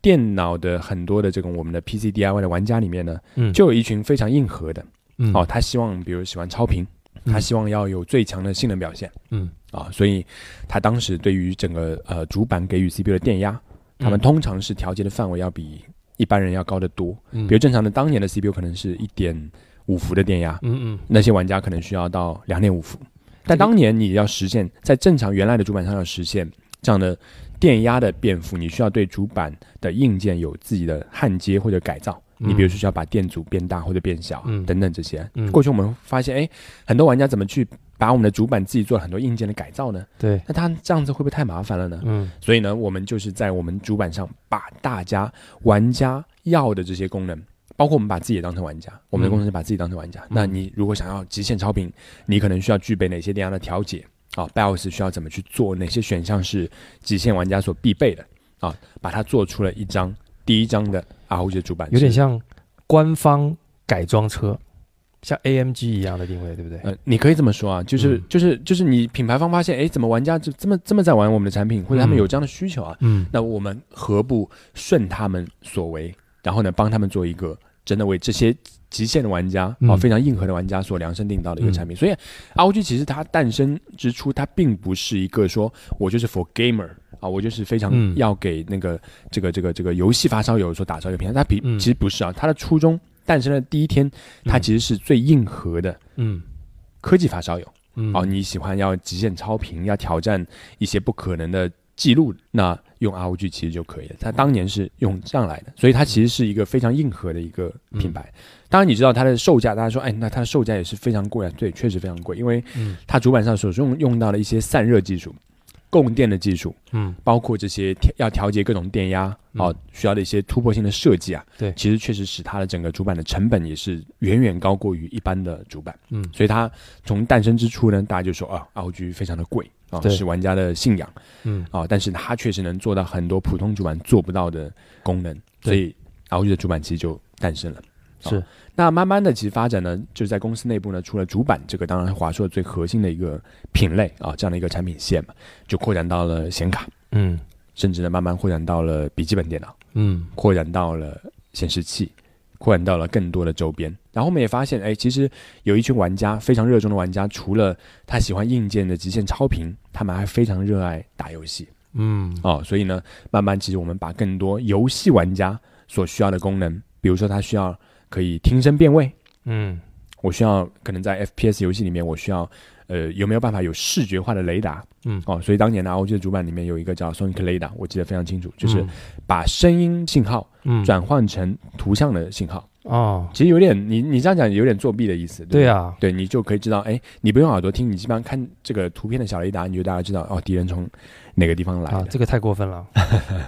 S2: 电脑的很多的这种我们的 PC DIY 的玩家里面呢，
S1: 嗯
S2: 就有一群非常硬核的
S1: 嗯
S2: 哦，他希望比如喜欢超频，他希望要有最强的性能表现
S1: 嗯
S2: 啊、所以他当时对于整个呃主板给予 CPU 的电压他们通常是调节的范围要比一般人要高得多。
S1: 嗯
S2: 比如正常的当年的 CPU 可能是一点五伏的电压，
S1: 嗯嗯
S2: 那些玩家可能需要到两点五伏。但当年你要实现在正常原来的主板上要实现这样的电压的变幅，你需要对主板的硬件有自己的焊接或者改造。
S1: 嗯
S2: 你比如说需要把电阻变大或者变小、
S1: 嗯
S2: 等等这些。
S1: 嗯
S2: 过去我们发现，哎，很多玩家怎么去把我们的主板自己做了很多硬件的改造呢？
S1: 对
S2: 那他这样子会不会太麻烦了呢？
S1: 嗯
S2: 所以呢，我们就是在我们主板上把大家玩家要的这些功能，包括我们把自己也当成玩家，我们的工程师把自己当成玩
S1: 嗯
S2: 家。那你如果想要极限超频，你可能需要具备哪些电压的调节啊？BIOS 需要怎么去做？哪些选项是极限玩家所必备的啊？把它做出了一张第一张的 ROG 的主板，
S1: 有点。像官方改装车，像 AMG 一样的定位，对不对？
S2: 呃，你可以这么说啊，就是、
S1: 嗯
S2: 就是就是你品牌方发现，哎，怎么玩家就这么这么在玩我们的产品，或者他们
S1: 嗯
S2: 有这样的需求啊，
S1: 嗯
S2: 那我们何不顺他们所为，然后呢，帮他们做一个真的为这些极限的玩家啊、
S1: 嗯
S2: 非常硬核的玩家所量身定到的一个
S1: 嗯
S2: 产品。所以，ROG 其实它诞生之初，它并不是一个说我就是 for gamer 啊，我就是非常
S1: 嗯
S2: 要给那个、这个这个这个游戏发烧友所打造一个平台。它比、
S1: 嗯
S2: 其实不是啊，它的初衷诞生的第一天，它
S1: 嗯
S2: 其实是最硬核的
S1: 嗯
S2: 科技发烧友。
S1: 嗯
S2: 哦，你喜欢要极限超频，要挑战一些不可能的记录，那用 ROG 其实就可以了。它当年是用这样来的，所以它其实是一个非常硬核的一个品
S1: 嗯
S2: 牌。当然，你知道它的售价，大家说，哎，那它的售价也是非常贵啊。对，确实非常贵，因为
S1: 嗯
S2: 它主板上所用用到的一些散热技术、供电的技术，
S1: 嗯
S2: 包括这些调要调节各种电压哦，需要的一些突破性的设计啊，
S1: 对
S2: 其实确实使它的整个主板的成本也是远远高过于一般的主板，
S1: 嗯
S2: 所以它从诞生之初呢，大家就说啊，ROG 非常的贵啊，
S1: 对
S2: 是玩家的信仰
S1: 嗯
S2: 啊，但是它确实能做到很多普通主板做不到的功能，
S1: 对
S2: 所以 ROG 的主板其实就诞生了。
S1: 是
S2: 那慢慢的，其实发展呢，就是在公司内部呢，除了主板这个，当然是华硕最核心的一个品类啊，这样的一个产品线嘛，就扩展到了显卡，
S1: 嗯
S2: 甚至呢，慢慢扩展到了笔记本电脑，
S1: 嗯
S2: 扩展到了显示器，扩展到了更多的周边。然后我们也发现，哎，其实有一群玩家非常热衷的玩家，除了他喜欢硬件的极限超频，他们还非常热爱打游戏。
S1: 嗯
S2: 哦，所以呢，慢慢其实我们把更多游戏玩家所需要的功能，比如说他需要可以听声辨位，
S1: 嗯
S2: 我需要可能在 FPS 游戏里面，我需要呃有没有办法有视觉化的雷达
S1: 嗯，
S2: 哦，所以当年的 ROG 的主板里面有一个叫 Sonic Radar，我记得非常清楚，就是把声音信号
S1: 嗯
S2: 转换成图像的信号，
S1: 哦，
S2: 其实有点你你这样讲有点作弊的意思，
S1: 对
S2: 呀、
S1: 啊，
S2: 对你就可以知道，哎，你不用耳朵听，你基本上看这个图片的小雷达，你就大概知道哦，敌人从哪个地方来的。
S1: 啊，这个太过分
S2: [LAUGHS]
S1: 了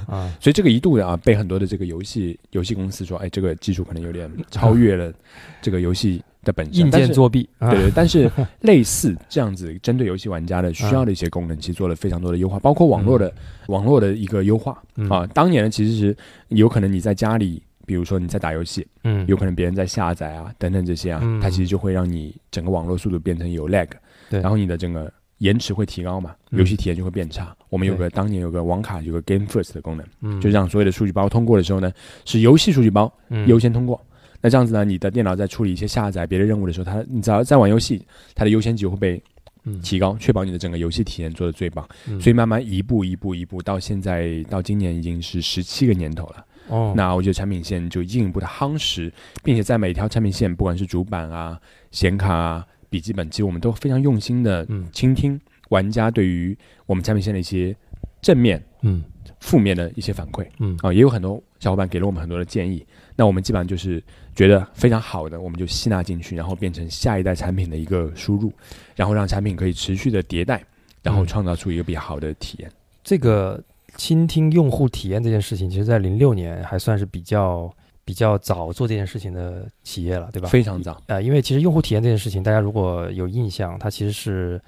S1: 啊，
S2: 所以这个一度的啊，被很多的这个游戏游戏公司说，哎，这个技术可能有点超
S1: [LAUGHS]
S2: 越了这个游戏的本身。
S1: 硬
S2: 但
S1: 件
S2: 是
S1: 作弊啊
S2: 对，对，但是类似这样子针对游戏玩家的需要的一些功能，其实做了非常多的优化，包括网络的、网络的一个优化
S1: 嗯
S2: 啊。当年呢，其实是有可能你在家里，比如说你在打游戏，
S1: 嗯
S2: 有可能别人在下载啊等等这些啊，
S1: 嗯
S2: 它其实就会让你整个网络速度变成有 lag，
S1: 对
S2: 然后你的整个延迟会提高嘛，
S1: 嗯
S2: 游戏体验就会变差。我们有个当年有个网卡有个 Game First 的功能，
S1: 嗯
S2: 就是让所有的数据包通过的时候呢，是游戏数据包
S1: 嗯
S2: 优先通过。那这样子呢，你的电脑在处理一些下载别的任务的时候，它你只要在玩游戏，它的优先级会被
S1: 嗯
S2: 提高，确保你的整个游戏体验做得最棒。
S1: 嗯
S2: 所以慢慢一步一步一步到现在到今年已经是十七个年头了。
S1: 哦
S2: 那我觉得产品线就进一步的夯实，并且在每条产品线，不管是主板啊、显卡啊、笔记本，其实我们都非常用心的
S1: 嗯
S2: 倾听玩家对于我们产品线的一些正面、
S1: 嗯
S2: 负面的一些反馈。
S1: 嗯
S2: 啊、也有很多小伙伴给了我们很多的建议，那我们基本上就是觉得非常好的，我们就吸纳进去，然后变成下一代产品的一个输入，然后让产品可以持续的迭代，然后
S1: 嗯
S2: 创造出一个比较好的体验。
S1: 这个倾听用户体验这件事情，其实在零六年还算是比较比较早做这件事情的企业了，对吧？
S2: 非常早，
S1: 呃，因为其实用户体验这件事情，大家如果有印象，它其实是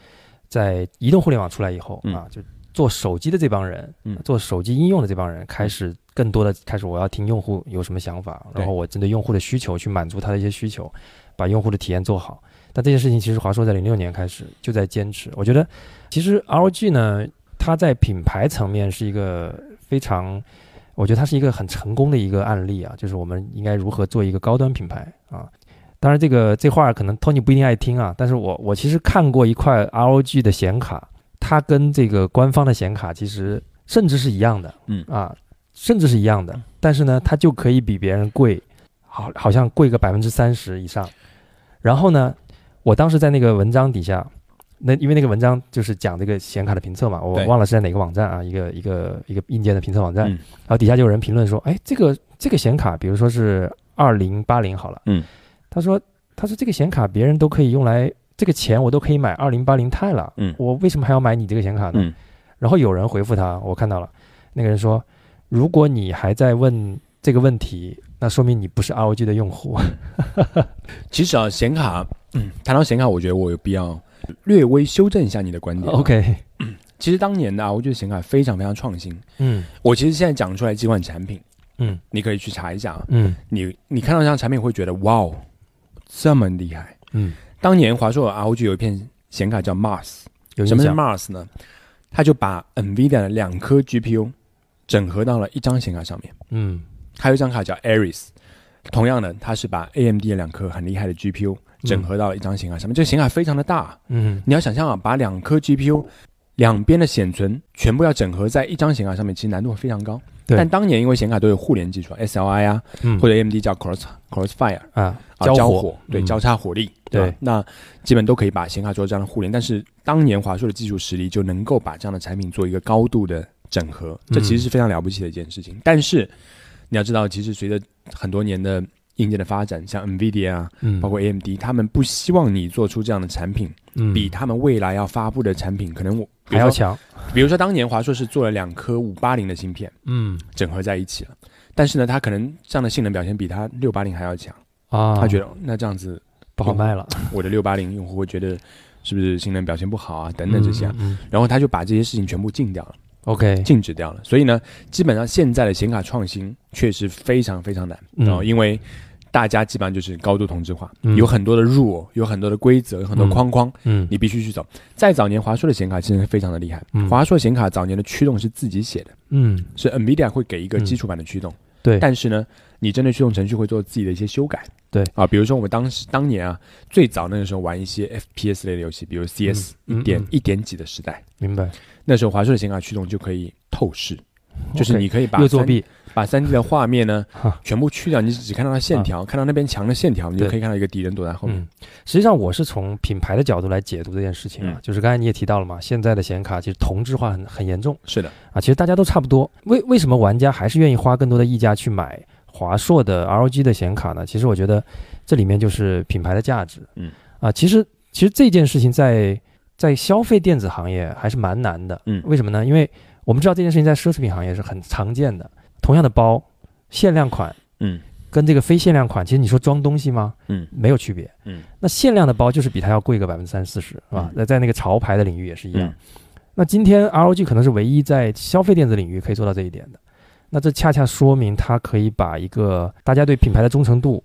S1: 在移动互联网出来以后、
S2: 嗯
S1: 啊，就做手机的这帮人，
S2: 嗯
S1: 做手机应用的这帮人，开始更多的开始我要听用户有什么想法，然后我针对用户的需求去满足他的一些需求，把用户的体验做好。但这件事情其实华硕在零六年开始就在坚持，我觉得其实 ROG 呢，它在品牌层面是一个非常。我觉得它是一个很成功的一个案例啊，就是我们应该如何做一个高端品牌啊，当然，这个这话可能 Tony 不一定爱听啊，但是我我其实看过一块 ROG 的显卡，它跟这个官方的显卡其实甚至是一样的，
S2: 嗯
S1: 啊，甚至是一样的，但是呢，它就可以比别人贵，好好像贵个百分之三十以上。然后呢，我当时在那个文章底下，那因为那个文章就是讲这个显卡的评测嘛，我
S2: 对
S1: 忘了是在哪个网站啊，一个一个一个硬件的评测网站，
S2: 嗯
S1: 然后底下就有人评论说，哎，这个这个显卡，比如说是二零八零好了，
S2: 嗯，
S1: 他说他说这个显卡别人都可以用来，这个钱我都可以买二零八零 i 了，
S2: 嗯
S1: 我为什么还要买你这个显卡呢？
S2: 嗯
S1: 然后有人回复他，我看到了，那个人说，如果你还在问这个问题，那说明你不是 ROG 的用户。
S2: 嗯
S1: [LAUGHS]
S2: 其实啊，显卡，嗯，谈到显卡，我觉得我有必要略微修正一下你的观点。啊
S1: OK，
S2: 其实当年的啊，我觉得显卡非常非常创新。
S1: 嗯
S2: 我其实现在讲出来几款产品，
S1: 嗯
S2: 你可以去查一下啊。
S1: 嗯
S2: 你你看到这样产品会觉得哇哦，这么厉害！
S1: 嗯，
S2: 当年华硕啊 ROG 有一片显卡叫 Mars，
S1: 有
S2: 什
S1: 印
S2: 么是
S1: 象？
S2: Mars 呢？它就把 NVIDIA 的两颗 GPU 整合到了一张显卡上面。
S1: 嗯
S2: 还有一张卡叫 Aries，同样的，它是把 AMD 的两颗很厉害的 GPU 整合到了一张显卡上面。这个显卡非常的大，
S1: 嗯
S2: 你要想象啊，把两颗 GPU 两边的显存全部要整合在一张显卡上面，其实难度非常高。
S1: 对
S2: 但当年因为显卡都有互联技术，SLI 啊，
S1: 嗯，
S2: 或者 AMD 叫 Cross Crossfire
S1: 啊
S2: 啊，交
S1: 火
S2: 火对
S1: 嗯
S2: 交叉火力，
S1: 对
S2: 吧那基本都可以把显卡做这样的互联。但是当年华硕的技术实力就能够把这样的产品做一个高度的整合，
S1: 嗯
S2: 这其实是非常了不起的一件事情。但是你要知道，其实随着很多年的硬件的发展，像 NVIDIA 啊，
S1: 嗯
S2: 包括 AMD，他们不希望你做出这样的产品，
S1: 嗯
S2: 比他们未来要发布的产品可能我
S1: 还
S2: 比如
S1: 要
S2: 说
S1: 强。
S2: 比如说当年华硕是做了两颗五八零的芯片
S1: 嗯
S2: 整合在一起了，但是呢，它可能这样的性能表现比它六八零还要强，
S1: 啊，
S2: 他觉得那这样子
S1: 不好卖了，
S2: 我的六八零用户会觉得是不是性能表现不好啊，等等这些啊、
S1: 嗯嗯嗯
S2: 然后他就把这些事情全部禁掉了，
S1: OK，
S2: 禁止掉了。所以呢，基本上现在的显卡创新确实非常非常难，
S1: 嗯
S2: 然后因为大家基本上就是高度同质化，
S1: 嗯
S2: 有很多的 rule，有很多的规则，有很多
S1: 嗯
S2: 框框，
S1: 嗯
S2: 你必须去走。在早年华硕的显卡其实非常的厉害，
S1: 嗯
S2: 华硕显卡早年的驱动是自己写的，
S1: 嗯，
S2: 是 NVIDIA 会给一个
S1: 嗯
S2: 基础版的驱动，
S1: 对
S2: 但是呢，你针对驱动程序会做自己的一些修改，
S1: 对
S2: 啊，比如说我们当时当年啊，最早那个时候玩一些 FPS 类的游戏，比如 CS
S1: 嗯嗯
S2: 一点
S1: 嗯
S2: 一点几的时代，
S1: 明白，
S2: 那时候华硕的显卡驱动就可以透视，
S1: 哦
S2: 就是你可以把
S1: 又作
S2: 三
S1: 弊，
S2: 把三 D 的画面呢
S1: [LAUGHS] 哈啊
S2: 全部去掉，你只看到它线条，看到那边墙的线条，你就
S1: 对
S2: 可以看到一个敌人躲在后面。
S1: 嗯，实际上我是从品牌的角度来解读这件事情啊，
S2: 嗯
S1: 就是刚才你也提到了嘛，现在的显卡其实同质化很很严重
S2: 是的，
S1: 啊，其实大家都差不多。为为什么玩家还是愿意花更多的溢价去买华硕的 ROG 的显卡呢？其实我觉得这里面就是品牌的价值。
S2: 嗯，
S1: 啊，其实其实这件事情在在消费电子行业还是蛮难的。
S2: 嗯
S1: 为什么呢？因为我们知道这件事情在奢侈品行业是很常见的，同样的包，限量款
S2: 嗯
S1: 跟这个非限量款，其实你说装东西吗？
S2: 嗯
S1: 没有区别。
S2: 嗯，
S1: 那限量的包就是比它要贵个百分之三四十，是吧
S2: 嗯？
S1: 那在那个潮牌的领域也是一样
S2: 嗯。
S1: 那今天 ROG 可能是唯一在消费电子领域可以做到这一点的。那这恰恰说明它可以把一个大家对品牌的忠诚度。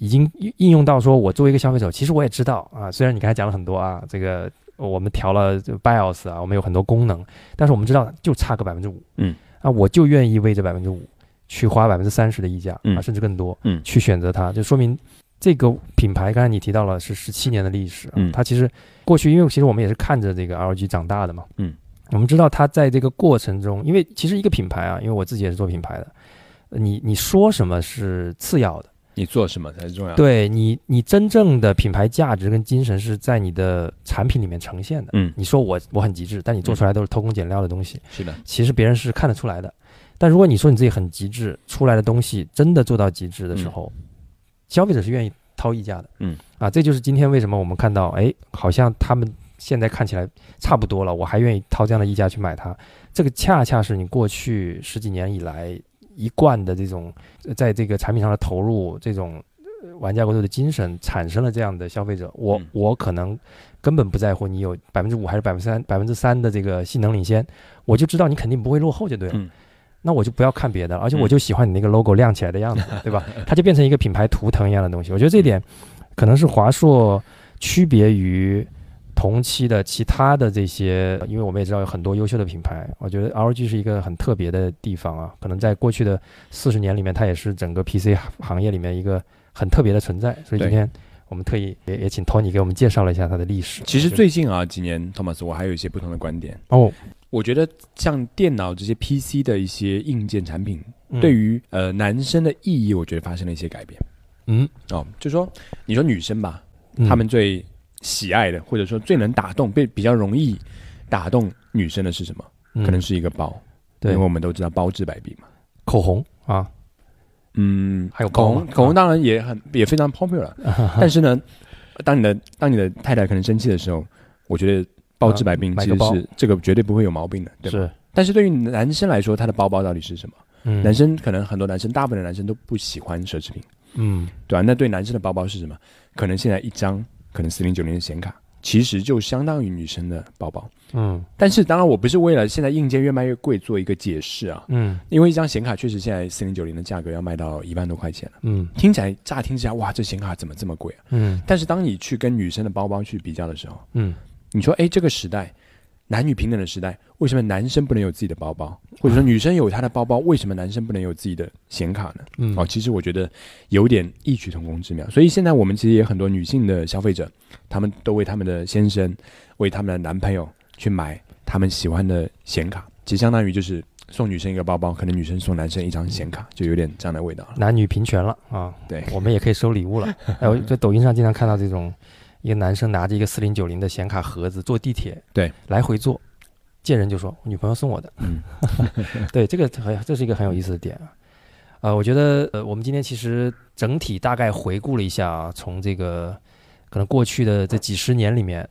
S1: 已经应应用到说，我作为一个消费者，其实我也知道啊。虽然你刚才讲了很多啊，这个我们调了这个 BIOS 啊，我们有很多功能，但是我们知道就差个百分之五，
S2: 嗯，
S1: 啊，我就愿意为这百分之五去花百分之三十的溢价啊，
S2: 嗯
S1: 甚至更多，
S2: 嗯
S1: 去选择它，就说明这个品牌，刚才你提到了是十七年的历史、啊，
S2: 嗯
S1: 它其实过去，因为其实我们也是看着这个 LG 长大的嘛，
S2: 嗯，
S1: 我们知道它在这个过程中，因为其实一个品牌啊，因为我自己也是做品牌的，你你说什么是次要的，
S2: 你做什么才是重要的？
S1: 对你你真正的品牌价值跟精神是在你的产品里面呈现的，
S2: 嗯
S1: 你说我我很极致，但你做出来都是偷工减料的东西，
S2: 是的，
S1: 其实别人是看得出来的。但如果你说你自己很极致，出来的东西真的做到极致的时候，消费者是愿意掏溢价的。
S2: 嗯，
S1: 啊，这就是今天为什么我们看到，哎，好像他们现在看起来差不多了，我还愿意掏这样的溢价去买它。这个恰恰是你过去十几年以来一贯的这种呃在这个产品上的投入，这种呃玩家国度的精神，产生了这样的消费者。我、
S2: 嗯
S1: 我可能根本不在乎你有百分之五还是百分之三百分之三的这个性能领先，我就知道你肯定不会落后就对了。
S2: 嗯
S1: 那我就不要看别的了，而且
S2: 嗯
S1: 我就喜欢你那个 logo 亮起来的样子，对吧？它就变成一个品牌图腾一样的东西。我觉得
S2: 嗯
S1: 这一点可能是华硕区别于同期的其他的这些，因为我们也知道有很多优秀的品牌。我觉得 ROG 是一个很特别的地方啊，可能在过去的四十年里面，它也是整个 PC 行业里面一个很特别的存在。所以今
S2: 对
S1: 天我们特意也也请 Tony 给我们介绍了一下它的历史。
S2: 其实
S1: 我觉得
S2: 最近啊几年，Thomas，我还有一些不同的观点。
S1: 哦，
S2: 我觉得像电脑这些 PC 的一些硬件产品，
S1: 嗯
S2: 对于呃男生的意义，我觉得发生了一些改变。
S1: 嗯，
S2: 哦，就说你说女生吧，
S1: 嗯
S2: 她们最喜爱的，或者说最能打动、被比较容易打动女生的是什么？
S1: 嗯
S2: 可能是一个包，
S1: 对
S2: 因为我们都知道包治百病嘛。
S1: 口红啊，
S2: 嗯，
S1: 还有
S2: 口
S1: 包
S2: 红，
S1: 嘛
S2: 口红当然也很也非常 popular，但 [LAUGHS]
S1: [LAUGHS]
S2: 是呢，当你的当你的太太可能生气的时候，我觉得包治百病
S1: 啊买
S2: 其
S1: 个
S2: 实
S1: 包
S2: 是这个绝对不会有毛病的，对吧？
S1: 是
S2: 但是对于男生来说，他的包包到底是什么？
S1: 嗯
S2: 男生可能很多男生，大部分的男生都不喜欢奢侈品，
S1: 嗯
S2: 对吧、那对男生的包包是什么？可能现在一张可能四零九零的显卡，其实就相当于女生的包包。
S1: 嗯
S2: 但是当然，我不是为了现在硬件越卖越贵做一个解释啊，
S1: 嗯
S2: 因为一张显卡确实现在四零九零的价格要卖到一万多块钱了，
S1: 嗯
S2: 听起来乍听之下哇，这显卡怎么这么贵啊？
S1: 嗯
S2: 但是当你去跟女生的包包去比较的时候，
S1: 嗯，
S2: 你说，哎，这个时代，男女平等的时代，为什么男生不能有自己的包包，或者说女生有她的包包，为什么男生不能有自己的显卡呢？
S1: 嗯
S2: 哦，其实我觉得有点异曲同工之妙。所以现在我们其实也很多女性的消费者，她们都为她们的先生、为她们的男朋友去买她们喜欢的显卡，其实相当于就是送女生一个包包，可能女生送男生一张显卡，就有点这样的味道了。
S1: 男女平权了啊！
S2: 对
S1: 我们也可以收礼物
S2: [LAUGHS]
S1: 了。哎，我在抖音上经常看到这种，一个男生拿着一个四零九零的显卡盒子坐地铁，
S2: 对，
S1: 来回坐，见人就说我女朋友送我的。
S2: 嗯，
S1: [LAUGHS] 对，这个很这是一个很有意思的点啊。呃，我觉得呃，我们今天其实整体大概回顾了一下啊，从这个可能过去的这几十年里面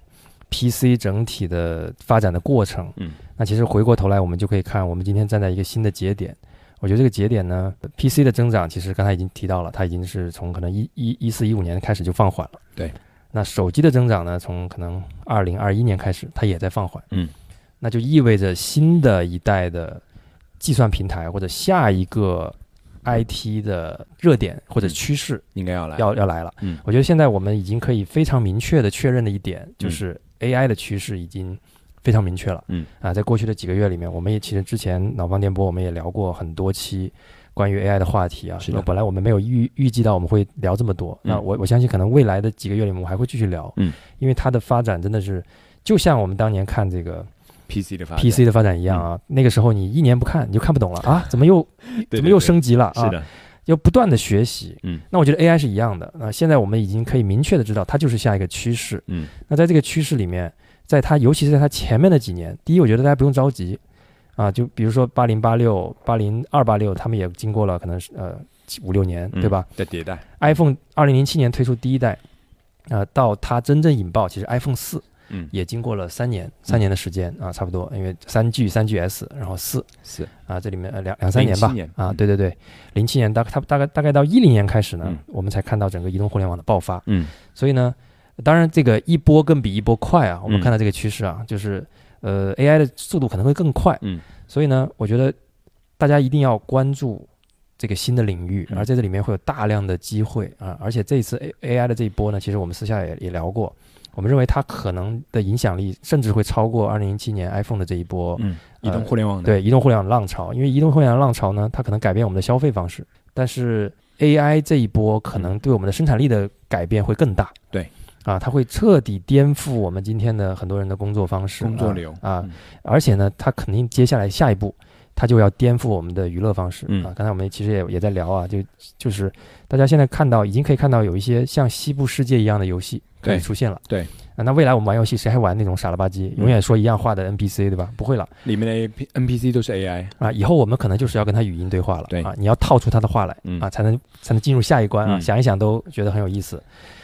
S1: ，PC 整体的发展的过程。
S2: 嗯，
S1: 那其实回过头来，我们就可以看，我们今天站在一个新的节点。我觉得这个节点呢，PC 的增长其实刚才已经提到了，它已经是从可能一一一四一五年开始就放缓了。
S2: 对。
S1: 那手机的增长呢，从可能二零二一年开始，它也在放缓。
S2: 嗯。
S1: 那就意味着新的一代的计算平台或者下一个 IT 的热点或
S2: 嗯
S1: 者趋势
S2: 应该要来，
S1: 要要来了。
S2: 嗯
S1: 我觉得现在我们已经可以非常明确的确认的一点，就是 AI 的趋势已经非常明确了。
S2: 嗯
S1: 啊，在过去的几个月里面，我们也其实之前脑放电波我们也聊过很多期关于 AI 的话题啊。
S2: 是的
S1: 本来我们没有预预计到我们会聊这么多，
S2: 嗯
S1: 那我我相信可能未来的几个月里面我还会继续聊，
S2: 嗯，
S1: 因为它的发展真的是就像我们当年看这个
S2: PC 的发展嗯
S1: PC 的发展一样啊，那个时候你一年不看你就看不懂了啊，怎么又
S2: [LAUGHS] 对
S1: 怎么又
S2: 对对
S1: 升级了啊？
S2: 是的，
S1: 要不断的学习。
S2: 嗯，
S1: 那我觉得 AI 是一样的。啊、现在我们已经可以明确的知道，它就是下一个趋势。
S2: 嗯
S1: 那在这个趋势里面，在它尤其是在它前面的几年，第一，我觉得大家不用着急啊，就比如说八零八六、八零二八六，他们也经过了可能是呃几五六年，
S2: 嗯
S1: 对吧、
S2: 的迭代，
S1: i p h o n e 二零零七年推出第一代，啊、到它真正引爆，其实 iPhone 四
S2: 嗯
S1: 也经过了三年，三年的时间啊，差不多，因为三 G、三 GS，然后四
S2: 是
S1: 啊，这里面呃两两三年吧，
S2: 07年
S1: 啊，
S2: 嗯
S1: 对对对，零七年大它大概大概到一零年开始呢，
S2: 嗯
S1: 我们才看到整个移动互联网的爆发。
S2: 嗯
S1: 所以呢，当然这个一波更比一波快啊，我们
S2: 嗯
S1: 看到这个趋势啊，就是呃 AI 的速度可能会更快。
S2: 嗯，
S1: 所以呢，我觉得大家一定要关注这个新的领域，
S2: 嗯
S1: 而在这里面会有大量的机会啊。而且这一次 A AI 的这一波呢，其实我们私下也也聊过，我们认为它可能的影响力甚至会超过二零零七年 iPhone 的这一波。
S2: 嗯，移动互联网的
S1: 对移动互联网浪潮，因为移动互联网浪潮呢，它可能改变我们的消费方式，但是 AI 这一波可能对我们的生产力的改变会更大。
S2: 嗯对，
S1: 啊，它会彻底颠覆我们今天的很多人的工作方式、
S2: 工作流
S1: 啊，啊
S2: 嗯
S1: 而且呢，它肯定接下来下一步。它就要颠覆我们的娱乐方式、
S2: 嗯
S1: 啊！刚才我们其实也也在聊啊，就就是大家现在看到已经可以看到有一些像《西部世界》一样的游戏开始
S2: 对
S1: 出现了。
S2: 对
S1: 啊，那未来我们玩游戏谁还玩那种傻了吧唧、
S2: 嗯
S1: 永远说一样话的 NPC 对吧？不会了。
S2: 里面的 A P NPC 都是 AI，
S1: 啊，以后我们可能就是要跟他语音对话了，
S2: 对
S1: 啊，你要套出他的话来，
S2: 嗯
S1: 啊，才能才能进入下一关啊，
S2: 嗯
S1: 想一想都觉得很有意思。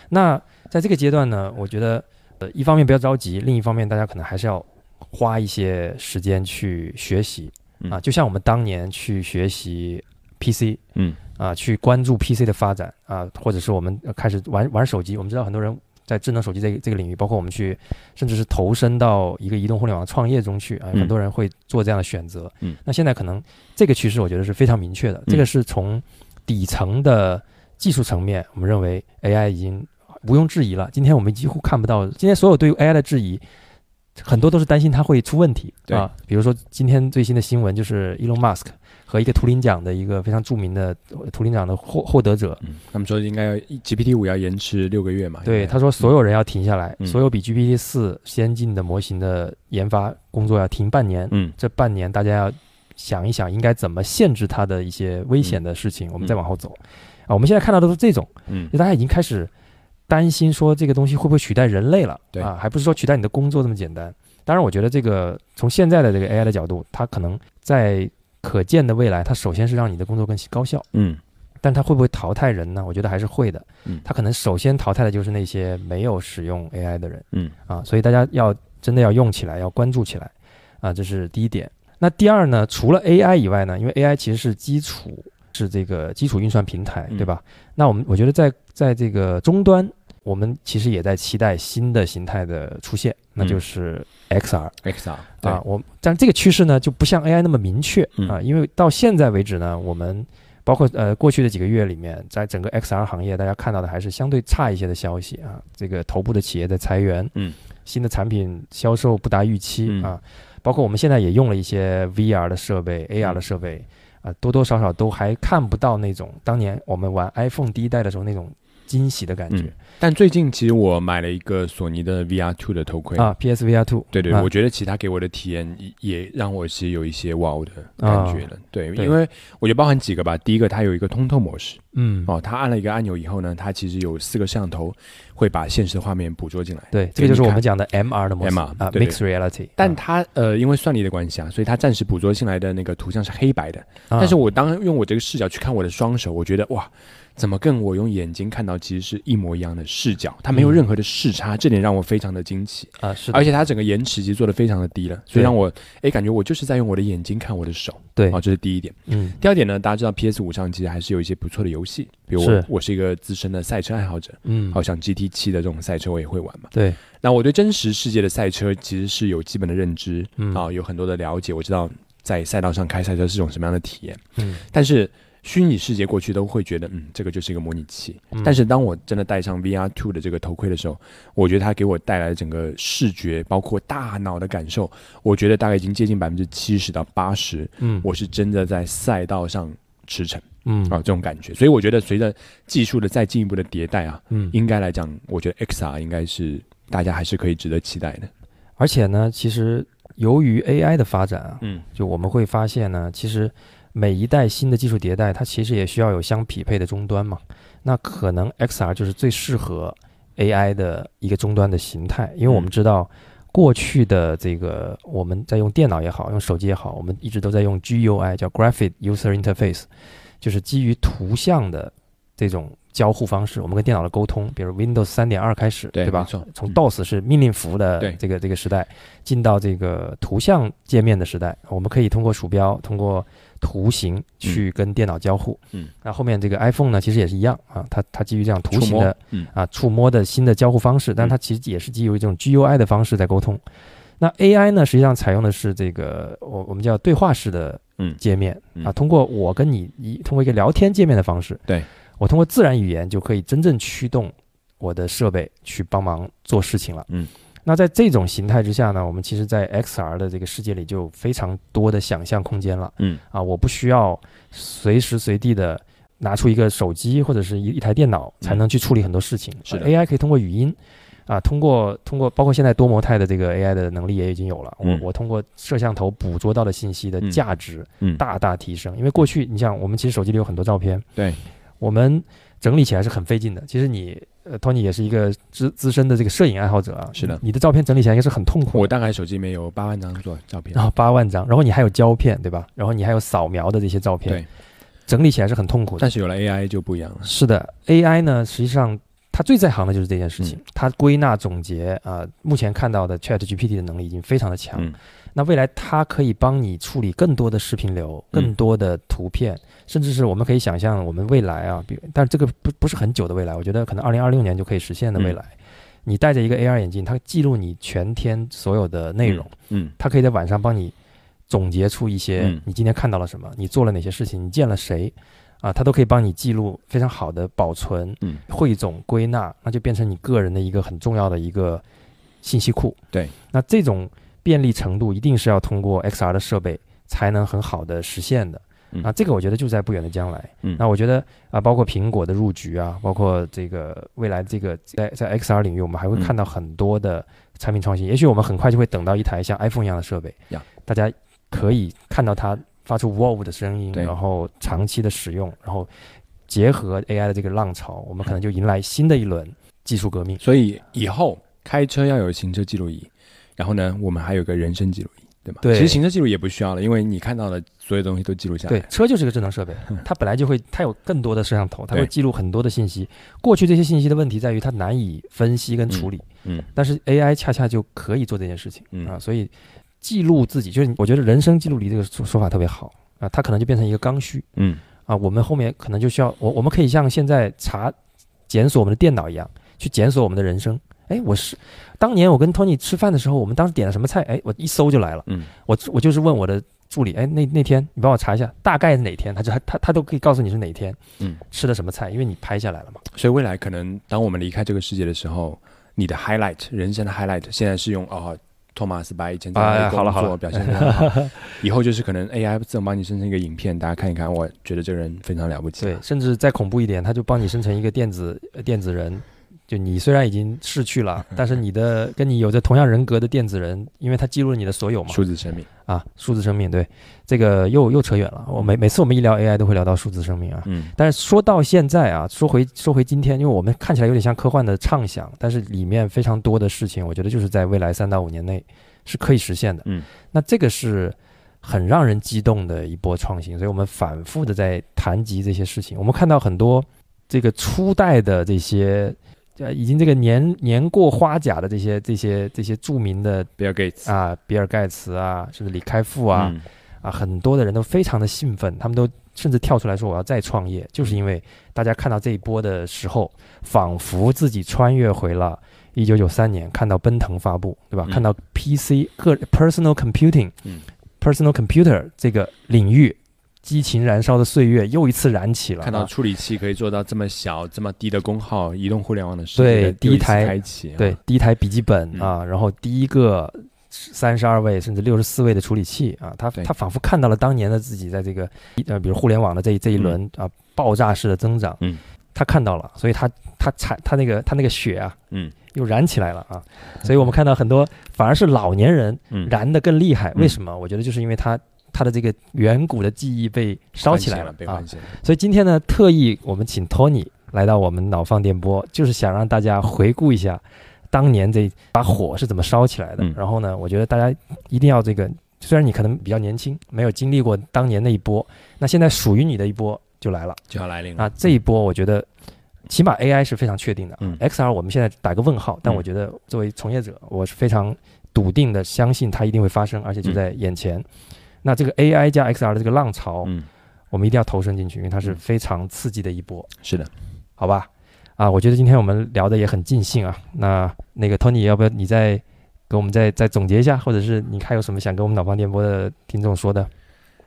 S1: 那在这个阶段呢，我觉得呃，一方面不要着急，另一方面大家可能还是要花一些时间去学习啊，
S2: 嗯
S1: 就像我们当年去学习 PC，
S2: 嗯
S1: 啊，去关注 PC 的发展啊，或者是我们呃开始玩玩手机，我们知道很多人。在智能手机这个这个领域，包括我们去，甚至是投身到一个移动互联网创业中去啊，
S2: 嗯
S1: 很多人会做这样的选择。
S2: 嗯
S1: 那现在可能这个趋势，我觉得是非常明确的。这个是从底层的技术层面，我们认为 AI 已经毋庸置疑了。今天我们几乎看不到，今天所有对于 AI 的质疑，很多都是担心它会出问题
S2: 对
S1: 啊。比如说今天最新的新闻就是 Elon Musk 和一个图灵奖的一个非常著名的图灵奖的获获得者，
S2: 嗯，他们说应该要 GPT 五要延迟六个月嘛，
S1: 对
S2: 应该
S1: 他说所有人要停下来，
S2: 嗯
S1: 所有比 GPT 四先进的模型的研发工作要停半年。
S2: 嗯
S1: 这半年大家要想一想，应该怎么限制它的一些危险的事情，我们再往后走。啊，我们现在看到的都是这种，
S2: 嗯
S1: 就大家已经开始担心说这个东西会不会取代人类了？
S2: 对
S1: 啊，还不是说取代你的工作这么简单。当然，我觉得这个从现在的这个 AI 的角度，它可能在可见的未来，它首先是让你的工作更高效，
S2: 嗯
S1: 但它会不会淘汰人呢？我觉得还是会的。
S2: 嗯
S1: 它可能首先淘汰的就是那些没有使用 AI 的人。
S2: 嗯
S1: 啊，所以大家要真的要用起来，要关注起来啊，这是第一点。那第二呢，除了 AI 以外呢，因为 AI 其实是基础，是这个基础运算平台，
S2: 嗯
S1: 对吧？那我们我觉得在在这个终端，我们其实也在期待新的形态的出现，那就
S2: 嗯
S1: 是 XR、
S2: ，XR
S1: 啊
S2: 对。
S1: 我但这个趋势呢，就不像 AI 那么明确、
S2: 嗯
S1: 啊，因为到现在为止呢，我们包括呃过去的几个月里面，在整个 XR 行业，大家看到的还是相对差一些的消息啊。这个头部的企业在裁员，
S2: 嗯，
S1: 新的产品销售不达预期、
S2: 嗯
S1: 啊，包括我们现在也用了一些 VR 的设备、AR
S2: 嗯
S1: 的设备啊，多多少少都还看不到那种当年我们玩 iPhone 第一代的时候那种惊喜的感觉、
S2: 嗯但最近其实我买了一个索尼的 VR Two 的头盔，
S1: 啊。PSVR Two，
S2: 对对，
S1: 啊
S2: 我觉得其他给我的体验也也让我是有一些哇、哦的感觉了。对，
S1: 对
S2: 因为我觉得包含几个吧。第一个，它有一个通透模式
S1: 嗯，
S2: 哦，它按了一个按钮以后呢，它其实有四个摄像头会把现实画面捕捉进来。
S1: 对，这个就
S2: 给你
S1: 是我
S2: 看
S1: 们讲的 MR 的模式
S2: MR
S1: 啊
S2: 对对
S1: ，Mixed Reality 啊。
S2: 但它呃，因为算力的关系啊，所以它暂时捕捉进来的那个图像是黑白的。
S1: 啊
S2: 但是我当用我这个视角去看我的双手，我觉得哇，怎么跟我用眼睛看到其实是一模一样的视角，它没有
S1: 嗯
S2: 任何的视差，这点让我非常的惊奇。
S1: 啊是的，
S2: 而且它整个延迟其实做的非常的低了，所
S1: 对
S2: 以让我哎感觉我就是在用我的眼睛看我的手
S1: 对
S2: 啊，，这是第一点。
S1: 嗯
S2: 第二点呢，大家知道 PS 五上其实还是有一些不错的游戏，比如我
S1: 是
S2: 我是一个资深的赛车爱好者，
S1: 嗯，
S2: 好像 GT 七的这种赛车我也会玩嘛。
S1: 对，
S2: 那我对真实世界的赛车其实是有基本的认知
S1: 嗯
S2: 啊，有很多的了解，我知道在赛道上开赛车是种什么样的体验。
S1: 嗯
S2: 但是虚拟世界过去都会觉得，嗯，这个就是一个模拟器。
S1: 嗯
S2: 但是当我真的戴上 VR Two 的这个头盔的时候，我觉得它给我带来的整个视觉，包括大脑的感受，我觉得大概已经接近百分之七十到八十，
S1: 嗯
S2: 我是真的在赛道上驰骋
S1: 嗯
S2: 啊，这种感觉。所以我觉得随着技术的再进一步的迭代啊，
S1: 嗯，
S2: 应该来讲，我觉得 XR 应该是大家还是可以值得期待的。
S1: 而且呢，其实由于 AI 的发展啊，
S2: 嗯
S1: 就我们会发现呢，其实每一代新的技术迭代，它其实也需要有相匹配的终端嘛。那可能 XR 就是最适合 AI 的一个终端的形态，因为我们
S2: 嗯
S1: 知道过去的这个我们在用电脑也好，用手机也好，我们一直都在用 GUI，叫 Graphic User Interface，就是基于图像的这种交互方式，我们跟电脑的沟通，比如 Windows 三点二开始，
S2: 对
S1: 吧
S2: 没错？
S1: 从
S2: 嗯
S1: DOS 是命令符的
S2: 对
S1: 这个这个时代，进到这个图像界面的时代，我们可以通过鼠标，通过图形去跟电脑交互。
S2: 嗯，
S1: 那后面这个 iPhone 呢，其实也是一样啊，它它基于这样图形的，
S2: 嗯
S1: 啊触摸的新的交互方式，但它其实也是基于这种 GUI 的方式在沟通。那 AI 呢，实际上采用的是这个我我们叫对话式的
S2: 嗯
S1: 界面、
S2: 嗯
S1: 啊，通过我跟你一通过一个聊天界面的方式，
S2: 对
S1: 我通过自然语言就可以真正驱动我的设备去帮忙做事情了。
S2: 嗯，
S1: 那在这种形态之下呢，我们其实，在 XR 的这个世界里就有非常多的想象空间了。
S2: 嗯
S1: 啊，我不需要随时随地的拿出一个手机或者是一一台电脑才能去处理很多事情。
S2: 嗯是的
S1: 呃 AI 可以通过语音。啊，通过通过包括现在多模态的这个 AI 的能力也已经有了，
S2: 嗯
S1: 我我通过摄像头捕捉到的信息的
S2: 嗯
S1: 价值
S2: 嗯，
S1: 大大提升。因为过去你想，我们其实手机里有很多照片，
S2: 对，
S1: 我们整理起来是很费劲的。其实你呃，Tony 也是一个资资深的这个摄影爱好者啊，
S2: 是的
S1: 你的照片整理起来应该是很痛苦
S2: 我
S1: 的。
S2: 大概手机里面有八万张照照片
S1: 然，后八万张，然后你还有胶片对吧？然后你还有扫描的这些照片，
S2: 对，
S1: 整理起来是很痛苦的。
S2: 但是有了 AI 就不一样了。
S1: 是的，AI 呢，实际上它最在行的就是这件
S2: 嗯
S1: 事情，它归纳总结啊、目前看到的 Chat GPT 的能力已经非常的强。
S2: 嗯
S1: 那未来它可以帮你处理更多的视频流、
S2: 嗯
S1: 更多的图片，甚至是我们可以想象我们未来啊，比如但这个不不是很久的未来，我觉得可能二零二六年就可以实现的
S2: 嗯
S1: 未来。你戴着一个 AR 眼镜，它记录你全天所有的内容，
S2: 嗯
S1: 它可以在晚上帮你总结出一些
S2: 嗯
S1: 你今天看到了什么，你做了哪些事情，你见了谁，啊，它都可以帮你记录，非常好的保存、
S2: 嗯
S1: 汇总、归纳，那就变成你个人的一个很重要的一个信息库。
S2: 对，
S1: 那这种便利程度一定是要通过 XR 的设备才能很好的实现的。
S2: 嗯
S1: 啊，这个我觉得就在不远的将来。
S2: 嗯
S1: 那我觉得啊，包括苹果的入局啊，包括这个未来这个在在 XR 领域，我们还会
S2: 嗯
S1: 看到很多的产品创新。也许我们很快就会等到一台像 iPhone 一样的设备
S2: 呀，
S1: 大家可以看到它发出 wow 的声音，
S2: 对
S1: 然后长期的使用，然后结合 AI 的这个浪潮，我们可能就迎来新的一轮技术革命。
S2: 所以以后开车要有行车记录仪，然后呢，我们还有个人身记录仪，对吧？
S1: 对
S2: 其实行车记录也不需要了，因为你看到的所有东西都记录下来。
S1: 对，，车就是个智能设
S2: [LAUGHS]
S1: 备，它本来就会，它有更多的摄像头，它会
S2: 对
S1: 记录很多的信息。过去这些信息的问题在于它难以分析跟处理，
S2: 嗯
S1: 但是 AI 恰恰就可以做这件事情、
S2: 嗯
S1: 啊，所以记录自己，就是我觉得人生记录里这个说说法特别好啊，它可能就变成一个刚需
S2: 嗯
S1: 啊，我们后面可能就需要我我们可以像现在查检索我们的电脑一样，去检索我们的人生。哎，我是当年我跟 Tony 吃饭的时候，我们当时点了什么菜？哎，我一搜就来了。
S2: 嗯，
S1: 我我就是问我的助理，哎，那那天你帮我查一下，大概是哪天？他就他他他都可以告诉你是哪天，
S2: 嗯，
S1: 吃的什么菜，因为你拍下来了嘛。
S2: 所以未来可能当我们离开这个世界的时候，你的 highlight 人生的 highlight 现在是用哦。托马斯白以前在哪
S1: 哎
S2: 里工
S1: 好了好
S2: 作，
S1: 了
S2: 表现得很好。以后就是可能 AI 自动帮你生成一个影片，大家看一看。我觉得这个人非常了不起。啊
S1: 对，，甚至再恐怖一点，他就帮你生成一个电子呃电子人，就你虽然已经逝去
S2: [LAUGHS]
S1: 了，但是你的跟你有着同样人格的电子人，因为他记录了你的所有嘛，
S2: 数字生命。
S1: 啊，数字生命，对，这个又又扯远了。我每每次我们一聊 AI 都会聊到数字生命啊，
S2: 嗯
S1: 但是说到现在啊，说回说回今天，因为我们看起来有点像科幻的畅想，但是里面非常多的事情，我觉得就是在未来三到五年内是可以实现的。
S2: 嗯，
S1: 那这个是很让人激动的一波创新，所以我们反复的在谈及这些事情。我们看到很多这个初代的这些。呃，已经这个年年过花甲的这些这些这些著名的
S2: ，Bill Gates
S1: 啊，比尔盖茨啊，甚至李开复啊，，
S2: 嗯
S1: 啊，很多的人都非常的兴奋，他们都甚至跳出来说我要再创业，就是
S2: 嗯
S1: 因为大家看到这一波的时候，仿佛自己穿越回了一九九三年，看到奔腾发布，对吧？
S2: 嗯
S1: 看到 PC 个 personal computing，
S2: 嗯
S1: personal computer 这个领域激情燃烧的岁月又一次燃起了。啊
S2: 看到处理器可以做到这么小、这么低的功耗，移动互联网的时
S1: 对
S2: 代
S1: 第一
S2: 又次
S1: 台
S2: 开启啊，
S1: 对，第一台笔记本
S2: 嗯
S1: 啊，然后第一个三十二位甚至六十四位的处理器啊，他
S2: 对
S1: 他仿佛看到了当年的自己在这个呃，比如互联网的这一这一轮啊爆炸式的增长，
S2: 嗯，
S1: 他看到了，所以他他产他那个他那个血啊，
S2: 嗯，
S1: 又燃起来了啊，所以我们看到很多反而是老年人
S2: 嗯，
S1: 燃得更厉害，
S2: 嗯
S1: 为什么？我觉得就是因为他。他的这个远古的记忆被烧
S2: 唤
S1: 起来
S2: 了，被
S1: 啊
S2: 唤，醒了。
S1: 所以今天呢，特意我们请 Tony 来到我们脑放电波，就是想让大家回顾一下当年这把火是怎么烧起来的。
S2: 嗯
S1: 然后呢，我觉得大家一定要这个，虽然你可能比较年轻，没有经历过当年那一波，那现在属于你的一波就来了。
S2: 就要来临了。
S1: 那这一波，我觉得起码 AI 是非常确定的、
S2: 嗯
S1: x r 我们现在打个问号，但
S2: 嗯
S1: 我觉得作为从业者，我是非常笃定的相信它一定会发生，而且就
S2: 嗯
S1: 在眼前。那这个 AI 加 XR 的这个浪潮，
S2: 嗯，
S1: 我们一定要投身进去，因为它是
S2: 嗯
S1: 非常刺激的一波，
S2: 是的，
S1: 好吧？啊，我觉得今天我们聊的也很尽兴啊。那那个 Tony，要不要你再给我们再再总结一下，或者是你还有什么想跟我们脑放电波的听众说的？